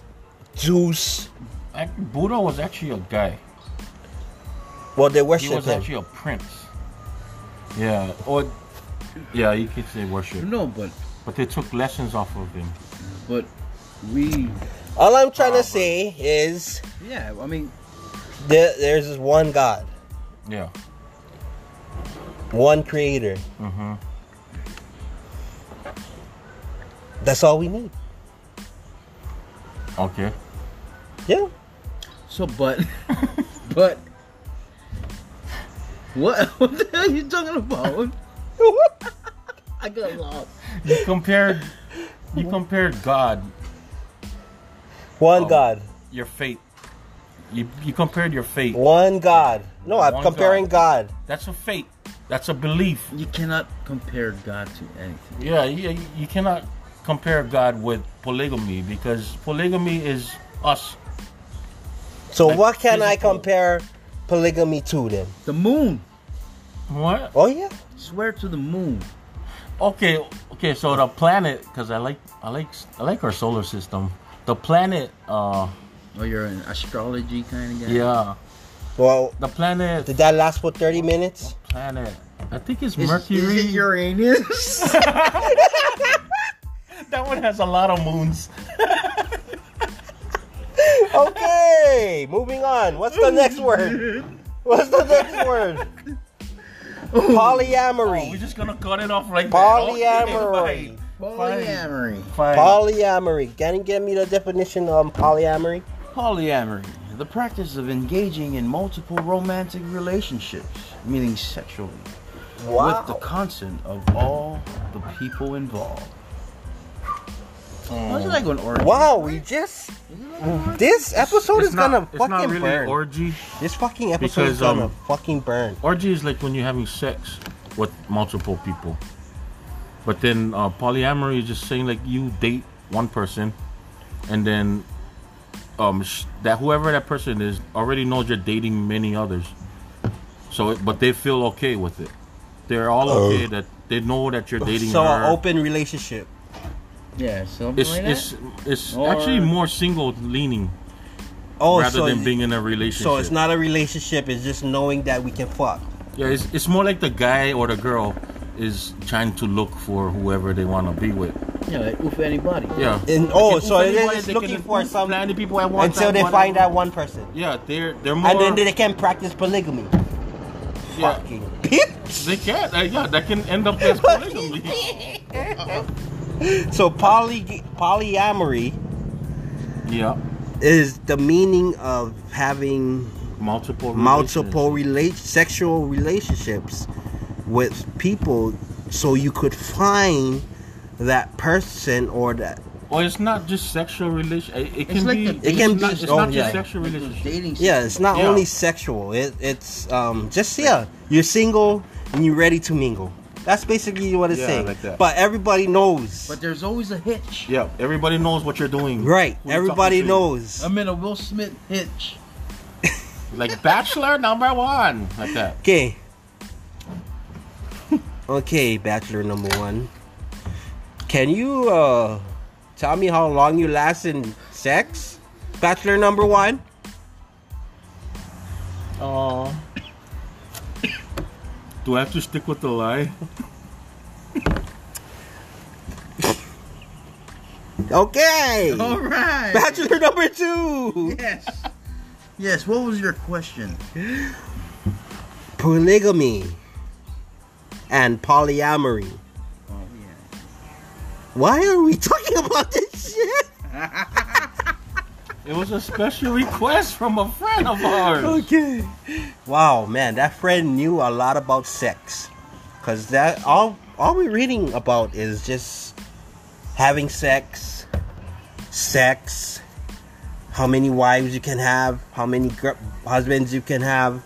Zeus. Ac- Buddha was actually a guy. Well, they He worship was him. actually a prince. Yeah, or yeah, you could say worship. No, but But they took lessons off of him. but we All I'm trying to say is yeah. I mean, there, there's this one god, Yeah. one creator. Mhm. That's all we need. Okay. Yeah. so but but what what the hell are you talking about? I got lost. You compared you compared God, one Oh. god, your fate. You you compared your fate. one god. No, I'm One comparing god. That's a fate. That's a belief. You cannot compare God to anything. Yeah, you, you cannot compare God with polygamy because polygamy is us. So Like what can I physical. compare polygamy to then? The moon. What? Oh yeah. Swear to the moon. Okay, okay. So the planet, because I like, I like, I like our solar system. The planet, uh, Oh, you're an astrology kind of guy. yeah, Well, the planet, did that last for 30 minutes? planet. I think it's Is- Mercury. is it Uranus? that one has a lot of moons. Okay, moving on. What's the next word? What's the next word? We're Polyamory. just gonna cut it off like that. Polyamory. Polyamory. Fine. Polyamory. Can you give me the definition of polyamory? Polyamory, the practice of engaging in multiple romantic relationships, meaning sexually, with the consent of all the people involved. How's it like an orgy? Wow, we just this episode is gonna it's not fucking really burn. orgy. this fucking episode is because, um, gonna fucking burn. Orgy is like when you're having sex with multiple people. But then uh, polyamory is just saying like you date one person, and then um sh- that whoever that person is already knows you're dating many others. So, it- but they feel okay with it. They're all okay that they know that you're dating. Oh. So an her. open relationship. Yeah, something It's like that. it's it's Or- actually more single leaning Oh, rather so than being in a relationship. so it's not a relationship. It's just knowing that we can fuck. Yeah, it's, it's more like the guy or the girl is trying to look for whoever they want to be with. yeah, like oof anybody. Yeah. And oh, so If they're anybody, just they looking can for some plenty people at one until time, they one find at- that one person, Yeah, they're they're more. and then they can practice polygamy. yeah, Fucking bitch. they can't. Uh, yeah, that can end up as polygamy. So poly polyamory yeah, is the meaning of having multiple multiple relationships. relate sexual relationships with people so you could find that person or that Or it's not just sexual relation. It, it can like be. the it's dating- not, it's oh, not yeah. just sexual Like those relationship. dating yeah it's not Yeah. only sexual it, it's um just yeah you're single and you're ready to mingle that's basically what it's Yeah, saying like that. but everybody knows But there's always a hitch. Yeah, everybody knows what you're doing. right Who you're everybody talking to. knows I'm in a Will Smith hitch. Like bachelor number one, like that. okay okay bachelor number one can you uh tell me how long you last in sex bachelor number one Oh. Do I have to stick with the lie? Okay. All right. Bachelor number two. Yes. Yes. What was your question? Polygamy and polyamory. Oh Why are we talking about this shit? It was a special request from a friend of ours. Okay. Wow, man, that friend knew a lot about sex. Cause that all all we're reading about is just having sex, sex, how many wives you can have, how many gr- husbands you can have,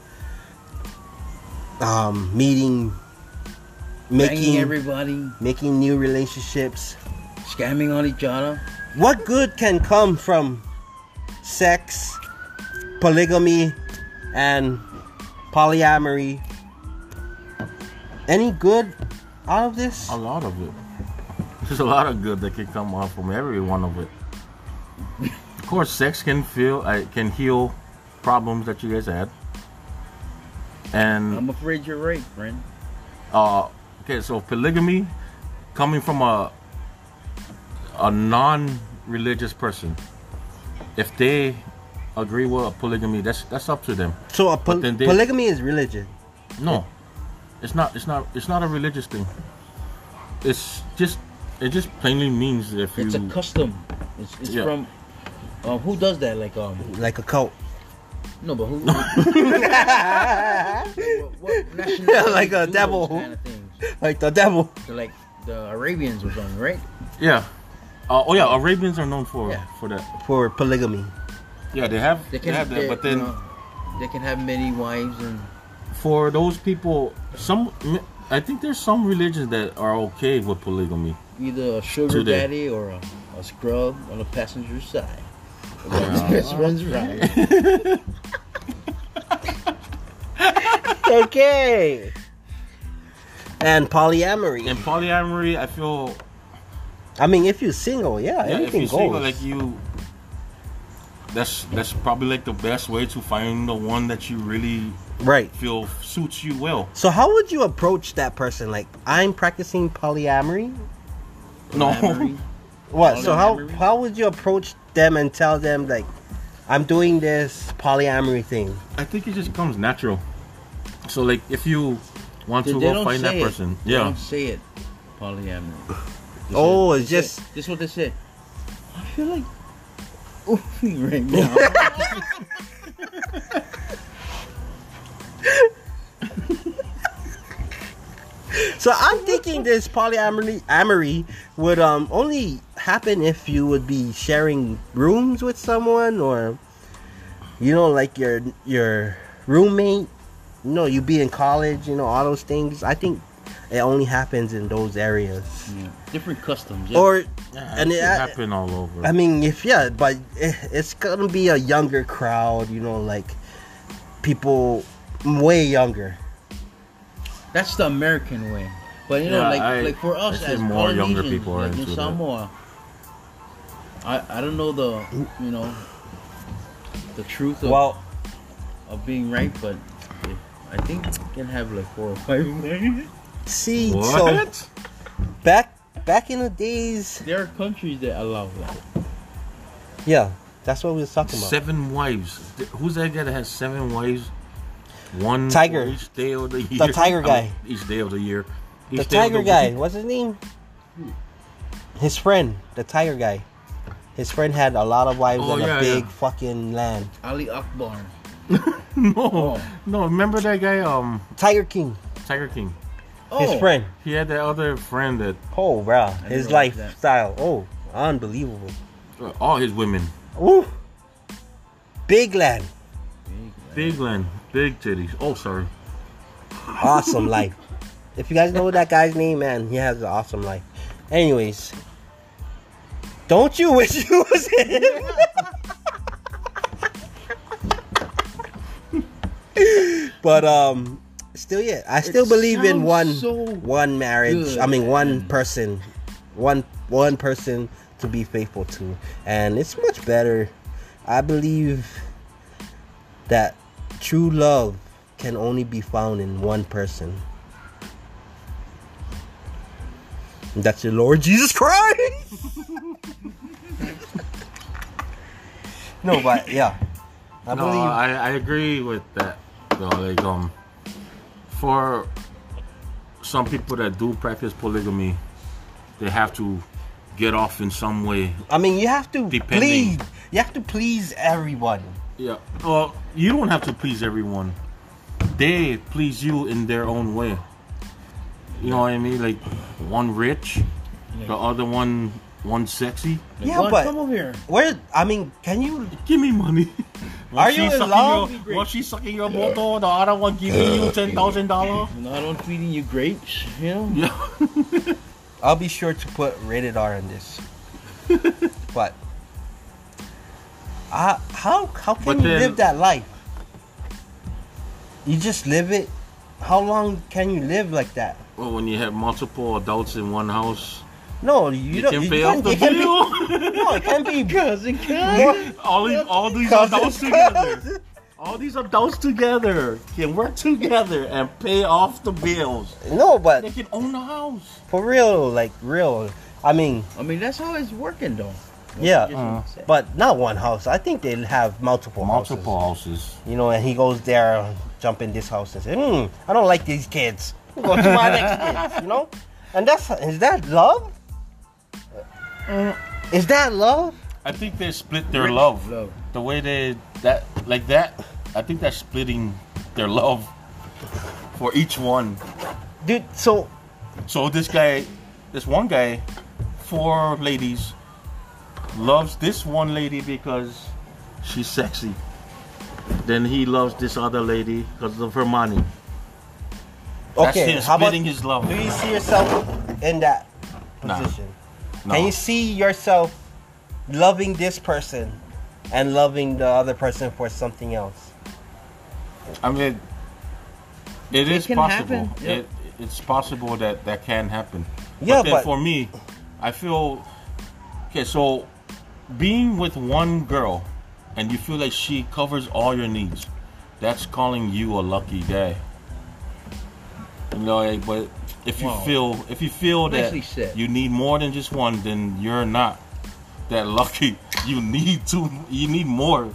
um, meeting, yeah. Banging making everybody, making new relationships. scamming on each other. What good can come from sex, polygamy, and polyamory? Any good out of this? A lot of it. There's a lot of good that can come off from every one of it. Of course, sex can feel, uh, can heal problems that you guys had. And I'm afraid you're right, friend. uh, okay, so polygamy coming from a a non-religious person, if they agree with polygamy, that's that's up to them. So a pol- But then they- polygamy is religion. No, it's not. It's not. It's not a religious thing. It's just. It just plainly means that if It's a you. custom. It's, it's Yeah. from. Um, who does that? Like um. Like a cult. No, but who? what, what nationality Like a do those devil. Kind of things? Like the devil. They're like the Arabians or something, right? yeah. Uh, oh yeah, Arabians are known for Yeah. for that. For polygamy. Yeah, they have They they, can have that, they- but then you know, they can have many wives and for those people, some I think there's some religions that are okay with polygamy. either a sugar Today. daddy or a, a scrub on the passenger side. This runs right. okay. And polyamory. In polyamory, I feel I mean, if you're single, yeah, yeah, if everything you goes. single, like you. That's that's probably like the best way to find the one that you really Right. feel suits you well. So how would you approach that person? Like, I'm practicing polyamory. No, Polyamory. What? So how Polyamory? how would you approach them and tell them like, I'm doing this polyamory thing? I think it just comes natural. So like, if you want They, to they go don't find that say it. person, They yeah, don't say it. Polyamory. They Oh, say- it's they just- say- This is what they say. I feel like oofing right now. So I'm thinking this polyamory amory would um only happen if you would be sharing rooms with someone or you know like your your roommate. You know, you be in college. You know all those things. I think it only happens in those areas. Yeah. Different customs. Yeah. Or and and it it, could I, happen all over. I mean, if yeah, but it, it's gonna be a younger crowd. You know, like people way younger. That's the American way. But you know, Yeah, like I- like for I us see as more younger Polynesians, people are like in into that. Samoa, I I don't know the you know the truth of, Well, of being right, but if, I think we can have like four or five. men. See, what? so back back in the days, there are countries that allow that. yeah, that's what we was talking about. Seven wives. Th- Who's that guy that has seven wives? One Tiger. for each day of the year. The tiger I mean, guy. each day of the year. The Each day of tiger the guy, week. what's his name? His friend, the tiger guy. His friend had a lot of wives Oh, on yeah, a big yeah. fucking land. Ali Akbar. No, no. Remember that guy? Um, Tiger King, Tiger King. Oh, his friend. He had that other friend that Oh, bro, his never watched that. lifestyle. Oh, unbelievable. uh, all his women. Woo. Big land, Big land, big titties. Oh, sorry. awesome life. If you guys know that guy's name, man, he has an awesome life. Anyways, don't you wish you was him? but um, still, yeah, I still It believe in sounds one so one marriage. I good, mean, one person, one one person to be faithful to, and it's much better. I believe that true love can only be found in one person. And That's your Lord Jesus Christ. no, but yeah, I no, believe. I, I agree with that. Though, like um, for some people that do practice polygamy, they have to get off in some way. I mean, you have to Depending. please. You have to please everyone. Yeah. Well, you don't have to please everyone. They please you in their own way. You know what I mean? Like one rich, the other one one sexy. Like, yeah, "Juan, but- come over here. Where I mean, can you? Give me money. While Are she you in sucking love? Your, while she's sucking your bottle, the other one giving you ten thousand dollars. Not on feeding you grapes, you know. Yeah. I'll be sure to put rated R on this. but I, how how can But you then- live that life? You just live it. How long can you live like that? Well, when you have multiple adults in one house, No, you, you, don't. can you pay don't- off the it can't be- bill. no, it can't be. Cousin, more- all, the- all these adults together. All these adults together can work together and pay off the bills. No, but They can own the house. for real, like real. I mean, I mean, that's how it's working, though. yeah, Uh, but not one house. I think they have multiple, houses. Multiple houses. You know, and he goes there, jump in this house and say, hmm, I don't like these kids. Go to my next kids, you know? And that's, is that love? Is that love? I think they split their Rich love. love. The way they that like that, I think they're splitting their love for each one. Dude, so, So this guy, this one guy, four ladies, loves this one lady because she's sexy. Then he loves this other lady because of her money. That's okay, him how about, splitting do his love. you see yourself in that Nah. position? No. Can you see yourself loving this person and loving the other person for something else? I mean, it is can possible. happen, yeah. It, it's possible that that can happen. Yeah, but, then but- for me, I feel okay. So being with one girl, and you feel like she covers all your needs. that's calling you a lucky day. You know, eh, but if you Wow. feel if you feel that Nicely said. you need more than just one, then you're not that lucky. You need to you need more.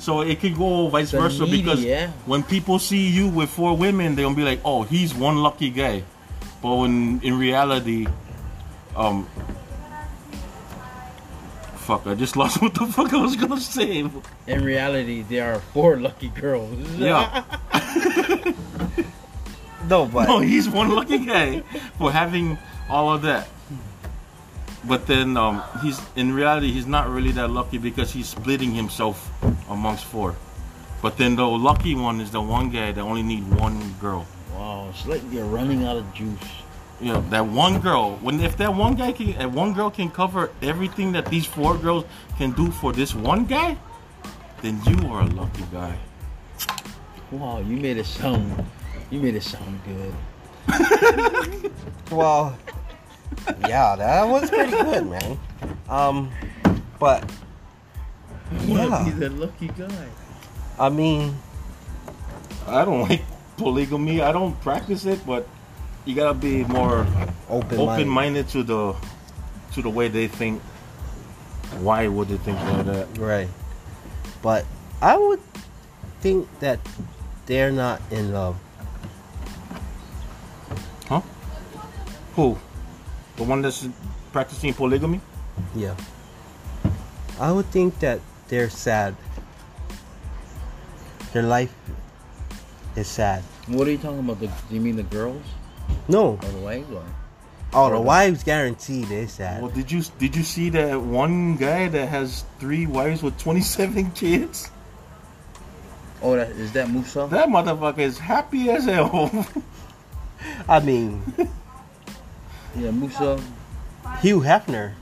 So it can go vice The versa needy, because yeah. when people see you with four women, they're gonna be like, "Oh, he's one lucky guy," but when in reality, um, fuck, I just lost what the fuck I was gonna say. In reality, there are four lucky girls. Yeah, No, but no, he's one lucky guy for having all of that. But then um, he's in reality he's not really that lucky because he's splitting himself amongst four. But then the lucky one is the one guy that only need one girl. Wow, it's like you're running out of juice. you know, that one girl. When if that one guy can, that one girl can cover everything that these four girls can do for this one guy, then you are a lucky guy. Wow, you made it sound, you made it sound good. well, yeah, that was pretty good, man. Um, but yeah, He's a lucky guy. I mean, I don't like polygamy. I don't practice it, but you gotta be more open, mind. open-minded to the to the way they think. Why would they think like that? right? But I would think that they're not in love. Who? The one that's practicing polygamy? Yeah, I would think that they're sad. Their life is sad. What are you talking about? The, do you mean the girls No, or the wives? Or? oh, the wives guarantee they sad. Well, did you did you see that one guy that has three wives with 27 kids? Oh, that, is that Musa? That motherfucker is happy as hell. I mean, yeah, Musa. Hugh Hefner.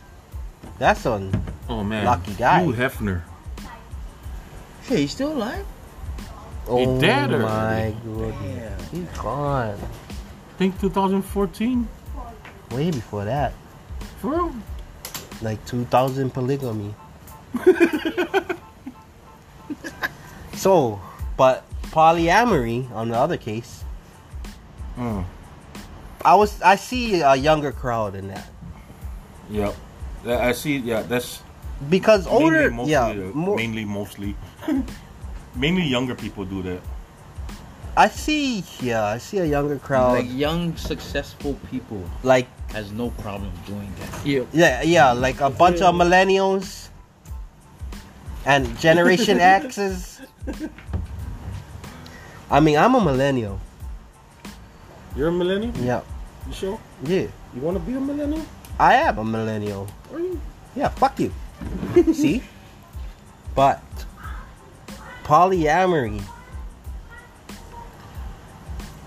That's on Oh man, Lucky guy. Hugh Hefner. Hey, he's still alive? Oh dead my already. goodness. He's gone. I think 2014. Way before that. For real? Like 2000 polygamy. so, but polyamory on the other case, Mm. I was I see a younger crowd in that. Yep. That- I see. Yeah, that's Because older, mainly, mostly, yeah, uh, more, mainly mostly. mainly younger people do that. I see, yeah, I see a younger crowd. Like young, successful people Like, has no problem doing that. yeah, yeah, like a bunch of millennials and Generation X's. I mean, I'm a millennial. You're a millennial. Yeah, You sure? yeah. You want to be a millennial? I am a millennial. Are you? Yeah, fuck you. See? But polyamory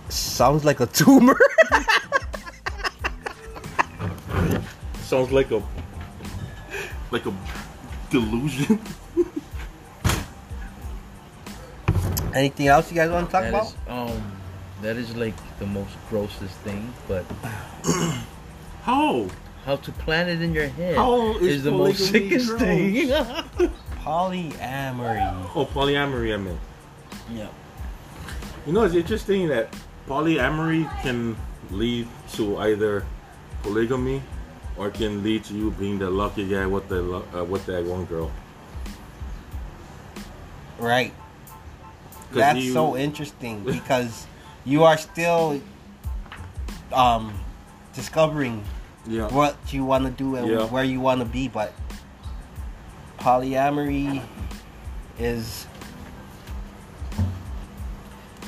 sounds like a tumor. Sounds like a like a delusion. Anything else you guys want to talk That about? is, um, that is like the most grossest thing, but How? how to plan it in your head How is is the most polygamy sickest thing. polyamory. Oh, polyamory. I mean. Yeah. You know, it's interesting that polyamory can lead to either polygamy or it can lead to you being the lucky guy with the lu- uh, with that one girl. Right. 'Cause That's you- so interesting because you are still um discovering Yeah. what you want to do and Yeah. where you want to be, but polyamory is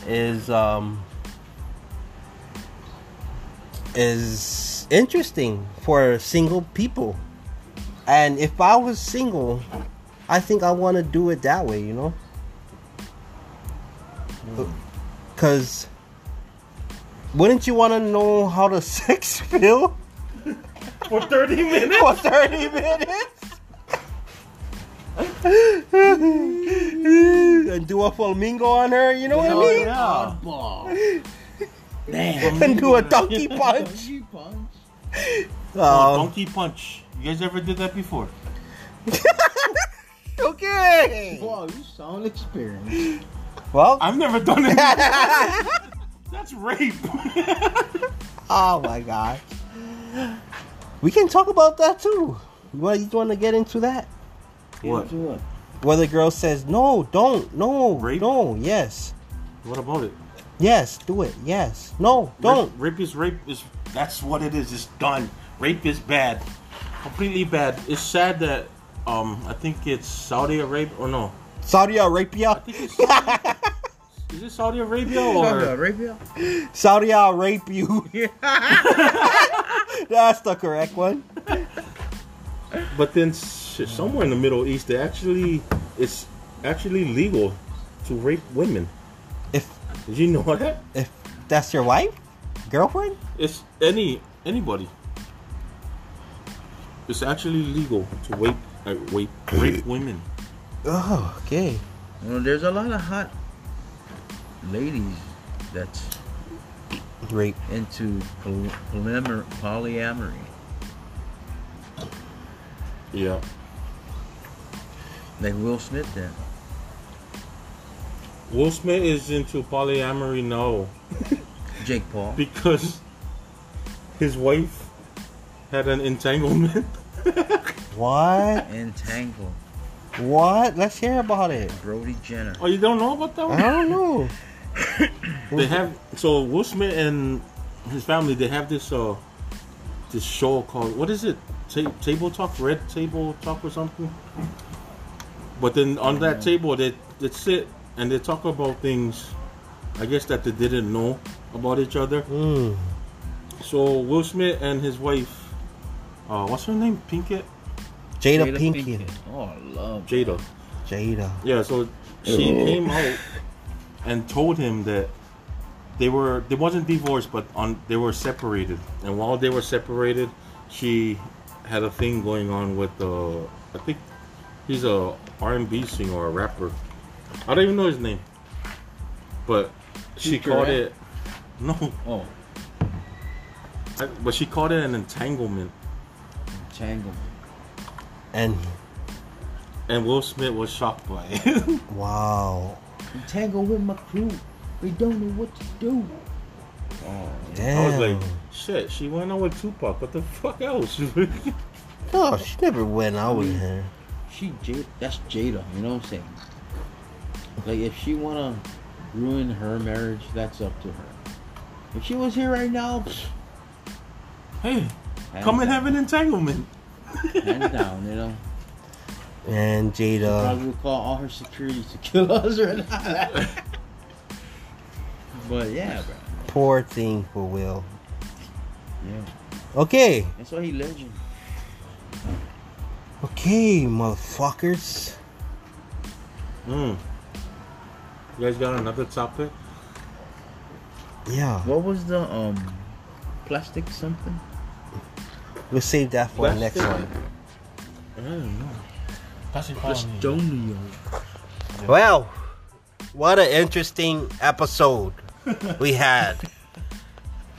is um is interesting for single people. And if I was single, I think I want to do it that way, you know? Mm. Cuz wouldn't you want to know how the sex feel? For 30 minutes? for 30 minutes and do a flamingo on her, you know what I mean? Oh, And do a donkey punch. Oh, Oh, donkey punch. You guys ever did that before? okay. Um, Wow, you sound experienced. Well, I've never done it. That's rape. oh my god. We can talk about that too. Well, you want to get into that? What? What? Where the girl says, "No, don't, no, Rape? no, yes, What about it? yes, do it, yes, no, don't." Rape, rape is rape is that's what it is. It's done. Rape is bad, completely bad. It's sad that um I think it's Saudi Arabia or no, Saudi Arabia, I think it's is it Saudi Arabia or Arabia? Saudi I'll rape you. That's the correct one. but then s- somewhere in the Middle East they actually it's actually legal to rape women. If Did you know that? if that's your wife, girlfriend, It's any anybody. It's actually legal to rape uh, rape rape women. oh, okay. You know, there's a lot of hot ladies that's Rape. into poly- polymer- polyamory. Yeah. Like Will Smith then. Will Smith is into polyamory now Jake Paul. because his wife had an entanglement. What? Entangled. What? Let's hear about it. Brody Jenner. Oh, you don't know about that I one? don't know. They have so Will Smith and his family. They have this uh this show called what is it? Ta- table talk, red table talk or something. But then on that table they they sit and they talk about things. I guess that they didn't know about each other. Mm. So Will Smith and his wife, uh, what's her name? Pinkett, Jada, Pinkett. Oh, I love. Jada. Jada. Yeah, so she came out and told him that they were they wasn't divorced, but on they were separated. And while they were separated, she had a thing going on with uh, I think he's a R and B singer or a rapper. I don't even know his name, but she Future called rap? it no, Oh, I- but she called it an entanglement. entangled. And And Will Smith was shocked by it. wow. Entangled with my crew. We don't know what to do. Oh, Damn. I was like, shit, she went out with Tupac. What the fuck else? no, Oh, she never went out with him. She Jada. That's Jada. You know what I'm saying? Like if she wanna ruin her marriage, that's up to her. If she was here right now, pfft, hey, hands come and down, have an entanglement. hands down. You know, Uh. And Jada. probably would call all her security to kill us right now. but yeah, bro. Poor thing for Will. Yeah, Okay. that's why he legend. Okay, motherfuckers. Mm. You guys got another topic? Yeah. What was the um, plastic something? We'll save that for the next Plastic. one. I don't know. Donio. Well, what an interesting episode we had.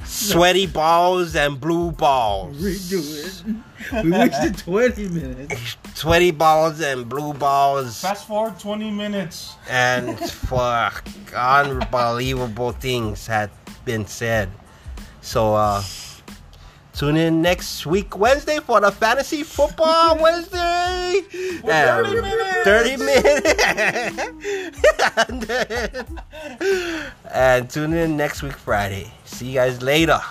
Sweaty balls and blue balls. Redo it. We wasted 20 minutes. Sweaty balls and blue balls Fast forward 20 minutes. and fuck unbelievable things had been said. So uh tune in next week Wednesday for the fantasy football Wednesday. 30 minutes. 30 minutes. and, then- and tune in next week Friday. See you guys later.